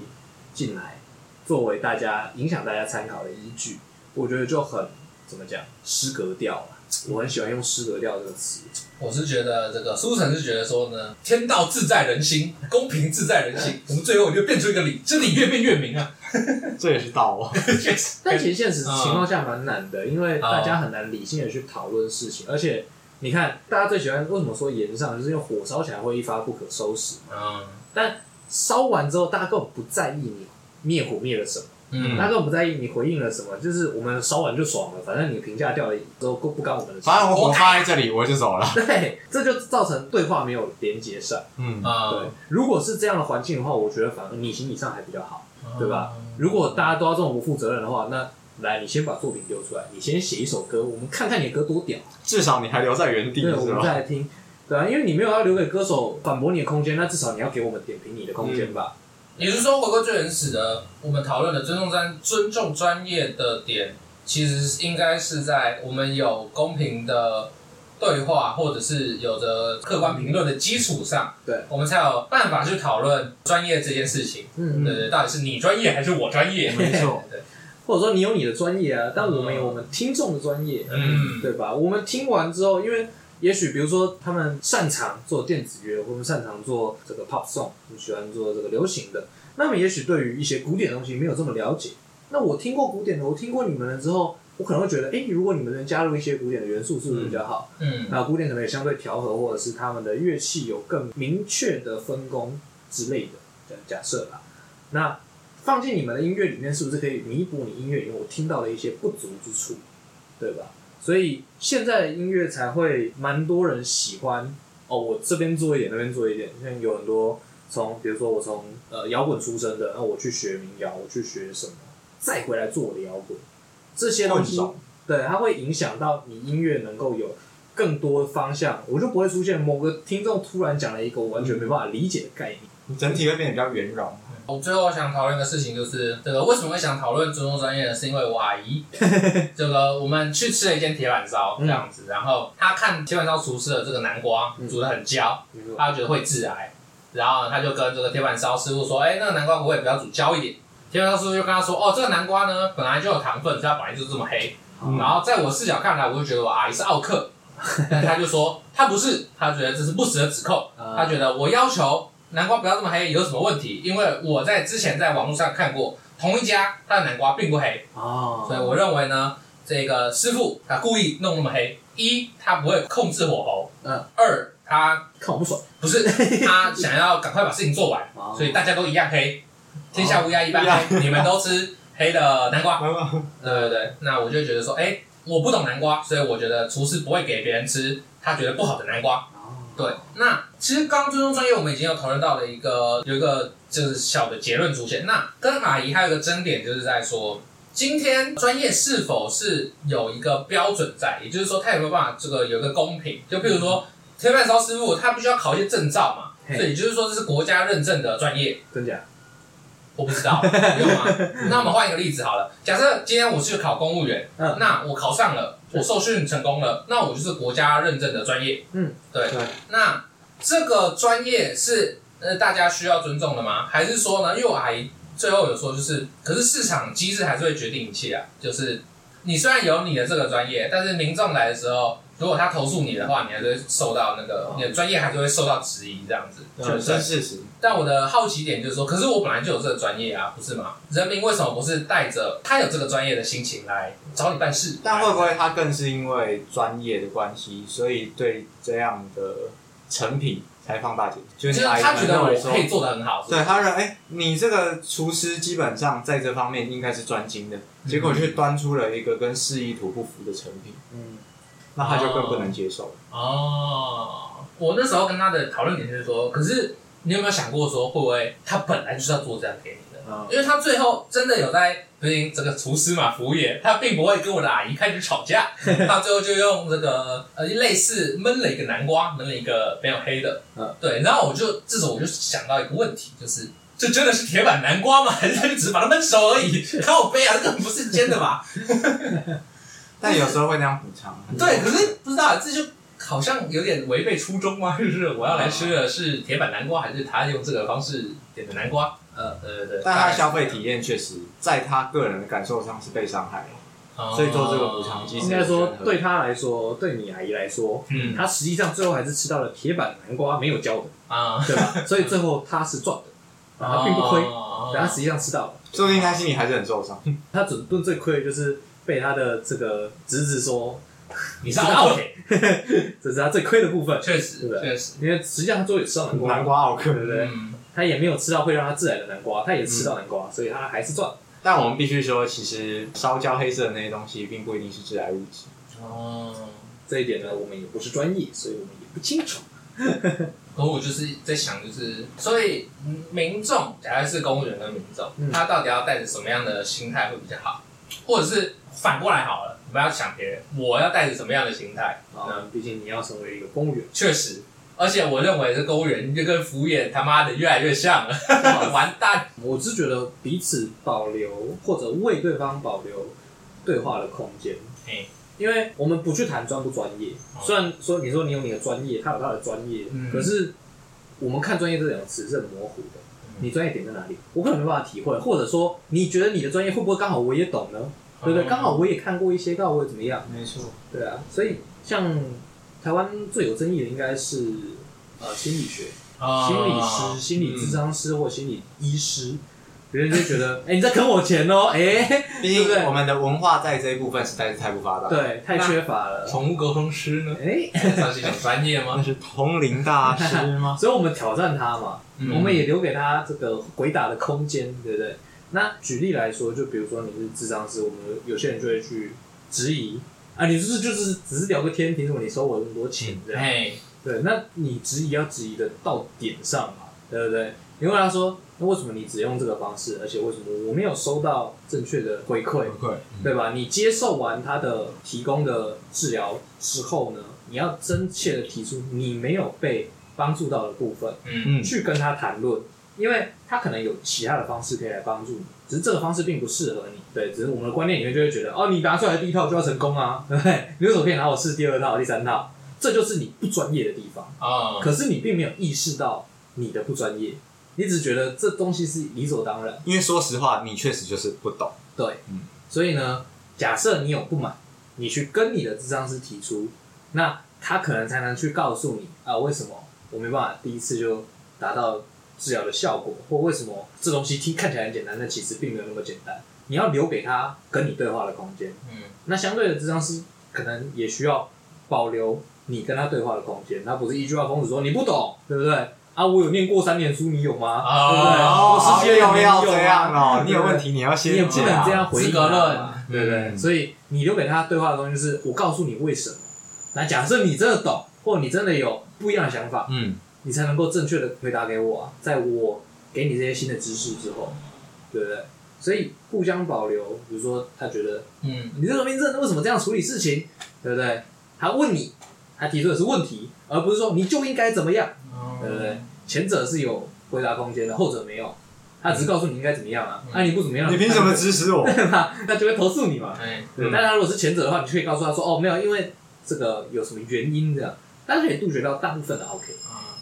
[SPEAKER 2] 进来，作为大家影响大家参考的依据，我觉得就很怎么讲失格调了。我很喜欢用失格调这个词，
[SPEAKER 1] 我是觉得这个苏晨是觉得说呢，天道自在人心，公平自在人 心。我们最后就变出一个理，这理越辩越明啊。
[SPEAKER 3] 这也是道哦。
[SPEAKER 1] 确实，
[SPEAKER 2] 但其实现实情
[SPEAKER 3] 嗯
[SPEAKER 2] 况下蛮难的，因为大家很难理性的去讨论事情，而且你看，大家最喜欢为什么说炎上，就是因为火烧起来会一发不可收拾。
[SPEAKER 1] 嗯
[SPEAKER 2] 但烧完之后，大家根本不在意你灭火灭了什么，
[SPEAKER 1] 嗯
[SPEAKER 2] 大家根本不在意你回应了什么，就是我们烧完就爽了，反正你评价掉了之后，不不干我们的事。
[SPEAKER 3] 反正我火放在这里，我就走了。
[SPEAKER 2] 对，这就造成对话没有连接上。
[SPEAKER 3] 嗯，
[SPEAKER 2] 对
[SPEAKER 1] 嗯，，
[SPEAKER 2] 如果是这样的环境的话，我觉得反而你行你上还比较好。对吧？
[SPEAKER 1] 啊
[SPEAKER 2] 如果大家都要这么不负责任的话，那来，你先把作品丢出来，你先写一首歌，我们看看你的歌多屌，
[SPEAKER 3] 至少你还留在原地，
[SPEAKER 2] 对，我
[SPEAKER 3] 是
[SPEAKER 2] 们
[SPEAKER 3] 吧？
[SPEAKER 2] 再来听，对啊，因为你没有要留给歌手反驳你的空间，那至少你要给我们点评你的空间吧。
[SPEAKER 1] 也就是说，回归最原始的，我们讨论的尊重专尊重专业的点，其实应该是在我们有公平的对话，或者是有着客观评论的基础上，
[SPEAKER 2] 对，
[SPEAKER 1] 我们才有办法去讨论专业这件事情。
[SPEAKER 2] 嗯，
[SPEAKER 1] 对对，到底是你专业还是我专业？
[SPEAKER 3] 没错
[SPEAKER 1] 对，
[SPEAKER 2] 或者说你有你的专业啊，但我们有我们听众的专业，
[SPEAKER 1] 嗯，
[SPEAKER 2] 对吧？我们听完之后，因为也许比如说他们擅长做电子乐，或者擅长做这个 pop song，很喜欢做这个流行的，那么也许对于一些古典的东西没有这么了解。那我听过古典的，我听过你们的之后，我可能会觉得，哎、如果你们能加入一些古典的元素，是不是比较好？
[SPEAKER 1] 嗯
[SPEAKER 2] 那古典可能也相对调和，或者是他们的乐器有更明确的分工之类的，假假设啦。那放进你们的音乐里面，是不是可以弥补你音乐里面我听到的一些不足之处，对吧？所以现在的音乐才会蛮多人喜欢哦，我这边做一点，那边做一点，像有很多从比如说我从呃摇滚出身的，那我去学民谣，我去学什么，再回来做我的摇滚，这些
[SPEAKER 1] 哦
[SPEAKER 2] 东西
[SPEAKER 3] 混种，
[SPEAKER 2] 对，它会影响到你音乐能够有更多方向，我就不会出现某个听众突然讲了一个我完全没办法理解的概念。
[SPEAKER 3] 你整体会变得比较圆融。
[SPEAKER 1] 我最后想讨论的事情就是，这个为什么会想讨论尊重专业呢？是因为我阿 姨，这个我们去吃了一间铁板烧这样子，然后她看铁板烧厨师的这个南瓜
[SPEAKER 2] 嗯
[SPEAKER 1] 煮的很焦，她觉得会致癌，然后她就跟这个铁板烧师傅说：“哎、那个南瓜可不可以不要煮焦一点？”铁板烧师傅就跟他说：“哦，这个南瓜呢本来就有糖分，所以它本来就这么黑。
[SPEAKER 2] 嗯
[SPEAKER 1] 然后在我视角看来，我就觉得我阿姨是奥 克，但她就说她不是，她觉得这是不实的指控。
[SPEAKER 2] 啊
[SPEAKER 1] 他觉得我要求南瓜不要这么黑有什么问题？因为我在之前在网络上看过同一家它的南瓜并不黑，
[SPEAKER 2] 哦，
[SPEAKER 1] 所以我认为呢，这个师傅他故意弄那么黑，一他不会控制火候，
[SPEAKER 2] 嗯，
[SPEAKER 1] 二他
[SPEAKER 2] 看我不爽，
[SPEAKER 1] 不是他想要赶快把事情做完，
[SPEAKER 2] 哦
[SPEAKER 1] 所以大家都一样黑，天下乌哦鸦一般黑，你们都吃黑的南瓜， 对对对，那我就觉得说，哎，我不懂南瓜，所以我觉得厨师不会给别人吃他觉得不好的南瓜。
[SPEAKER 2] 嗯
[SPEAKER 1] 对，那其实刚刚尊重专业，我们已经有讨论到了一个有一个就是小的结论出现。那跟阿姨还有一个争点，就是在说，今天专业是否是有一个标准在，也就是说，他有没有办法这个有一个公平？就譬如说，铁板烧师傅他必须要考一些证照嘛，
[SPEAKER 2] 嘿
[SPEAKER 1] 所以也就是说这是国家认证的专业。
[SPEAKER 2] 真假？
[SPEAKER 1] 我不知道，有吗？那我们换一个例子好了。假设今天我去考公务员，
[SPEAKER 2] 嗯
[SPEAKER 1] 那我考上了，我受训成功了，那我就是国家认证的专业。
[SPEAKER 2] 嗯，
[SPEAKER 1] 对。
[SPEAKER 3] 对
[SPEAKER 1] 那这个专业是呃大家需要尊重的吗？还是说呢？因为我阿姨最后有说，就是可是市场机制还是会决定一切啊。就是你虽然有你的这个专业，但是民众来的时候，如果他投诉你的话，你还是会受到那个，你的专业还是会受到质疑这样子。
[SPEAKER 3] 这是事实。
[SPEAKER 1] 但我的好奇点就是说，可是我本来就有这个专业啊，不是吗？人民为什么不是带着他有这个专业的心情来找你办事？
[SPEAKER 3] 但会不会他更是因为专业的关系，所以对这样的成品才放大解？就
[SPEAKER 1] 就是是他觉得
[SPEAKER 3] 认
[SPEAKER 1] 我
[SPEAKER 3] 为说
[SPEAKER 1] 可，以做的很好？是不是
[SPEAKER 3] 对他认为，哎、你这个厨师基本上在这方面应该是专精的，
[SPEAKER 1] 嗯
[SPEAKER 3] 结果却端出了一个跟示意图不符的成品，
[SPEAKER 2] 嗯，
[SPEAKER 3] 那他就更不能接受了。
[SPEAKER 1] 哦，我那时候跟他的讨论点就是说，可是你有没有想过说，会不会他本来就是要做这样给你的？
[SPEAKER 2] 嗯
[SPEAKER 1] 因为他最后真的有在，毕竟这个厨师嘛，服务业，他并不会跟我的阿姨开始吵 架，他最后就用这个呃类似焖了一个南瓜，焖了一个没有黑的，
[SPEAKER 2] 嗯
[SPEAKER 1] 对，然后我就这时候我就想到一个问题，就是这真的是铁板南瓜吗？还是他就只是把它焖熟而 已？靠背啊，这个不是煎的吧？
[SPEAKER 3] 但有时候会那样补偿。
[SPEAKER 1] 对，可是不知道，这就好像有点违背初衷吗？就是我要来吃的是铁板南瓜，还是他用这个方式点的南瓜？呃，对对对。
[SPEAKER 3] 但他的消
[SPEAKER 1] 大概
[SPEAKER 3] 费
[SPEAKER 1] 是
[SPEAKER 3] 体验确实在他个人的感受上是被伤害的。
[SPEAKER 1] 这样，
[SPEAKER 3] 所以做这个补偿机制
[SPEAKER 2] 应该说对他来说，对你阿姨来说，
[SPEAKER 1] 嗯
[SPEAKER 2] 他实际上最后还是吃到了铁板南瓜没有胶的，
[SPEAKER 1] 啊，
[SPEAKER 2] 对吧？所以最后他是赚的，啊，他并不亏，
[SPEAKER 1] 哦
[SPEAKER 2] 但他实际上吃到了。
[SPEAKER 3] 说不定他心里还是很受伤。
[SPEAKER 2] 他整顿最亏的就是被他的这个侄子说，
[SPEAKER 1] 你是 OK，
[SPEAKER 2] 这是他最亏的部分，
[SPEAKER 1] 确
[SPEAKER 2] 对
[SPEAKER 1] 实
[SPEAKER 2] 不对
[SPEAKER 1] 确实，
[SPEAKER 2] 因为实际上他最后也吃到南瓜，
[SPEAKER 3] 南瓜好
[SPEAKER 2] 对
[SPEAKER 3] 可
[SPEAKER 2] 不对？
[SPEAKER 1] 嗯，
[SPEAKER 2] 他也没有吃到会让他致癌的南瓜，他也吃到南瓜，所以他还是赚。
[SPEAKER 3] 但我们必须说，其实烧焦黑色的那些东西，并不一定是致癌物质。
[SPEAKER 1] 哦。
[SPEAKER 2] 这一点呢，我们也不是专业，所以我们也不清楚。
[SPEAKER 1] 可我就是在想，就是所以嗯民众，假如是公务员跟民众，
[SPEAKER 2] 嗯
[SPEAKER 1] 他到底要带着什么样的心态会比较好？或者是反过来好了，不要想别人，我要带着什么样的心态？嗯
[SPEAKER 2] 啊，毕竟你要成为一个公务员，
[SPEAKER 1] 确实，而且我认为这公务员就跟服务业他妈的越来越像了， 完蛋。
[SPEAKER 2] 我是觉得彼此保留或者为对方保留对话的空间。
[SPEAKER 1] 哎
[SPEAKER 2] 因为我们不去谈专不专业，
[SPEAKER 1] 哦
[SPEAKER 2] 虽然说你说你有你的专业，他有他的专业，
[SPEAKER 1] 嗯
[SPEAKER 2] 可是我们看专业这两个词是很模糊的。
[SPEAKER 1] 嗯
[SPEAKER 2] 你专业点在哪里？我可能没办法体会，或者说你觉得你的专业会不会刚好我也懂呢？
[SPEAKER 1] 哦
[SPEAKER 2] 对不对？刚好我也看过一些，刚好我也怎么样？
[SPEAKER 3] 没错，
[SPEAKER 2] 对啊，所以像台湾最有争议的应该是呃心理学，
[SPEAKER 1] 啊
[SPEAKER 2] 心理师、心理咨商师或心理医师，别人就觉得， 哎、你在坑我钱 哦，哎、
[SPEAKER 3] 毕
[SPEAKER 2] 对不对
[SPEAKER 3] 竟我们的文化在这一部分实在是太不发达。，
[SPEAKER 2] 对，太缺乏了，
[SPEAKER 1] 宠物沟通师呢，
[SPEAKER 2] 哎、
[SPEAKER 1] 算是一种专业
[SPEAKER 3] 那
[SPEAKER 1] 吗？
[SPEAKER 3] 是通灵大师吗？
[SPEAKER 2] 所以我们挑战他嘛，
[SPEAKER 1] 嗯
[SPEAKER 2] 我们也留给他这个回答的空间，对不对？那举例来说，就比如说你是智商师，我们有些人就会去质疑啊，你是不是就是只是聊个天，凭什么你收我那么多钱？这样
[SPEAKER 1] 哎，
[SPEAKER 2] 对，那你质疑要质疑的到点上嘛，对不对？你问他说，那为什么你只用这个方式，而且为什么我没有收到正确的回馈，
[SPEAKER 3] 会，
[SPEAKER 2] 对吧？你接受完他的提供的治疗之后呢，你要真切的提出你没有被帮助到的部分，
[SPEAKER 1] 嗯
[SPEAKER 3] 嗯，
[SPEAKER 2] 去跟他谈论，因为他可能有其他的方式可以来帮助你，只是这个方式并不适合你。对，只是我们的观念里面就会觉得，哦，你拿出来第一套就要成功啊， 对不对？你为什么可以拿我试第二套、第三套？这就是你不专业的地方。
[SPEAKER 1] 啊，
[SPEAKER 2] 可是你并没有意识到你的不专业，你只觉得这东西是理所当然。
[SPEAKER 3] 因为说实话，你确实就是不懂。
[SPEAKER 2] 对，
[SPEAKER 3] 嗯
[SPEAKER 2] 所以呢，假设你有不满，你去跟你的智商师提出，那他可能才能去告诉你啊，为什么我没办法第一次就达到治疗的效果，或为什么这东西听看起来很简单，但其实并没有那么简单。你要留给他跟你对话的空间。
[SPEAKER 1] 嗯，
[SPEAKER 2] 那相对的，智商师可能也需要保留你跟他对话的空间，他不是一句话封死说你不懂，对不对？啊，我有念过三年书，你有吗？
[SPEAKER 1] 哦
[SPEAKER 2] 对不对？
[SPEAKER 1] 哦
[SPEAKER 2] 我
[SPEAKER 3] 好
[SPEAKER 2] 实践
[SPEAKER 3] 又
[SPEAKER 2] 你
[SPEAKER 3] 啊要
[SPEAKER 2] 有
[SPEAKER 3] 这
[SPEAKER 2] 吗
[SPEAKER 3] 样哦，你有
[SPEAKER 2] 对不对
[SPEAKER 3] 问题你要
[SPEAKER 2] 你也
[SPEAKER 3] 先啊
[SPEAKER 2] 不
[SPEAKER 3] 讲。
[SPEAKER 2] 能这样回啊应
[SPEAKER 1] 资格
[SPEAKER 2] 他
[SPEAKER 1] 论
[SPEAKER 2] 嘛，，
[SPEAKER 1] 对不对？
[SPEAKER 2] 所以你留给他对话的东西就是我告诉你为什么。那假设你真的懂，或你真的有不一样的想法，
[SPEAKER 3] 嗯，
[SPEAKER 2] 你才能够正确的回答给我啊。在我给你这些新的知识之后，对不对？所以互相保留，比如说他觉得
[SPEAKER 1] 嗯，
[SPEAKER 2] 你这个病症为什么这样处理事情，对不对？他问你，他提出的是问题，而不是说你就应该怎么样，对不对？
[SPEAKER 1] 哦
[SPEAKER 2] 前者是有回答空间的，后者没有，他只是告诉你应该怎么样啊，那、啊、你不怎么样，
[SPEAKER 3] 嗯你凭什么指使我？
[SPEAKER 2] 对吧？那就会投诉你嘛。
[SPEAKER 1] 哎，
[SPEAKER 2] 对，
[SPEAKER 3] 嗯
[SPEAKER 2] 但他如果是前者的话，你就可以告诉他说，哦，没有，因为这个有什么原因这样，大家可以杜绝到大部分的 OK。
[SPEAKER 1] 啊，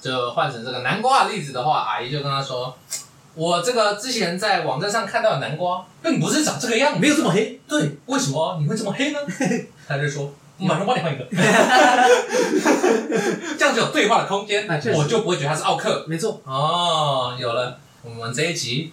[SPEAKER 1] 就换成这个南瓜的例子的话，阿姨就跟他说，我这个之前在网站上看到的南瓜，并不是长这个样子，
[SPEAKER 2] 没有这么黑，
[SPEAKER 1] 对，为什么你会这么黑呢？他就说我马上帮你换一个， 这样就有对话的空间
[SPEAKER 2] 哎确，实
[SPEAKER 1] 我就不会觉得他是奥克。
[SPEAKER 2] 没错，
[SPEAKER 1] 哦，有了，我们这一集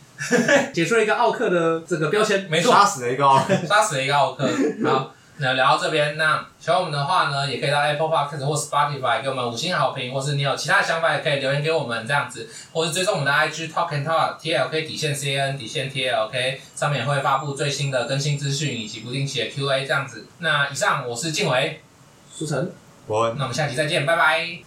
[SPEAKER 2] 解出了一个奥克的这个标签。
[SPEAKER 1] 没错，
[SPEAKER 3] 杀死了一个奥克，
[SPEAKER 1] 杀死了一个奥克。好，那聊到这边，那喜欢我们的话呢，也可以到 Apple Podcast 或 Spotify 给我们五星好评，或是你有其他想法也可以留言给我们这样子，或是追踪我们的 IG Talk and Talk T L K 底线 C N 底线 T L K，上面也会发布最新的更新资讯以及不定期的 Q A 这样子。那以上我是静伟，
[SPEAKER 2] 苏晨。
[SPEAKER 3] 我
[SPEAKER 1] 那我们下期再见，拜拜。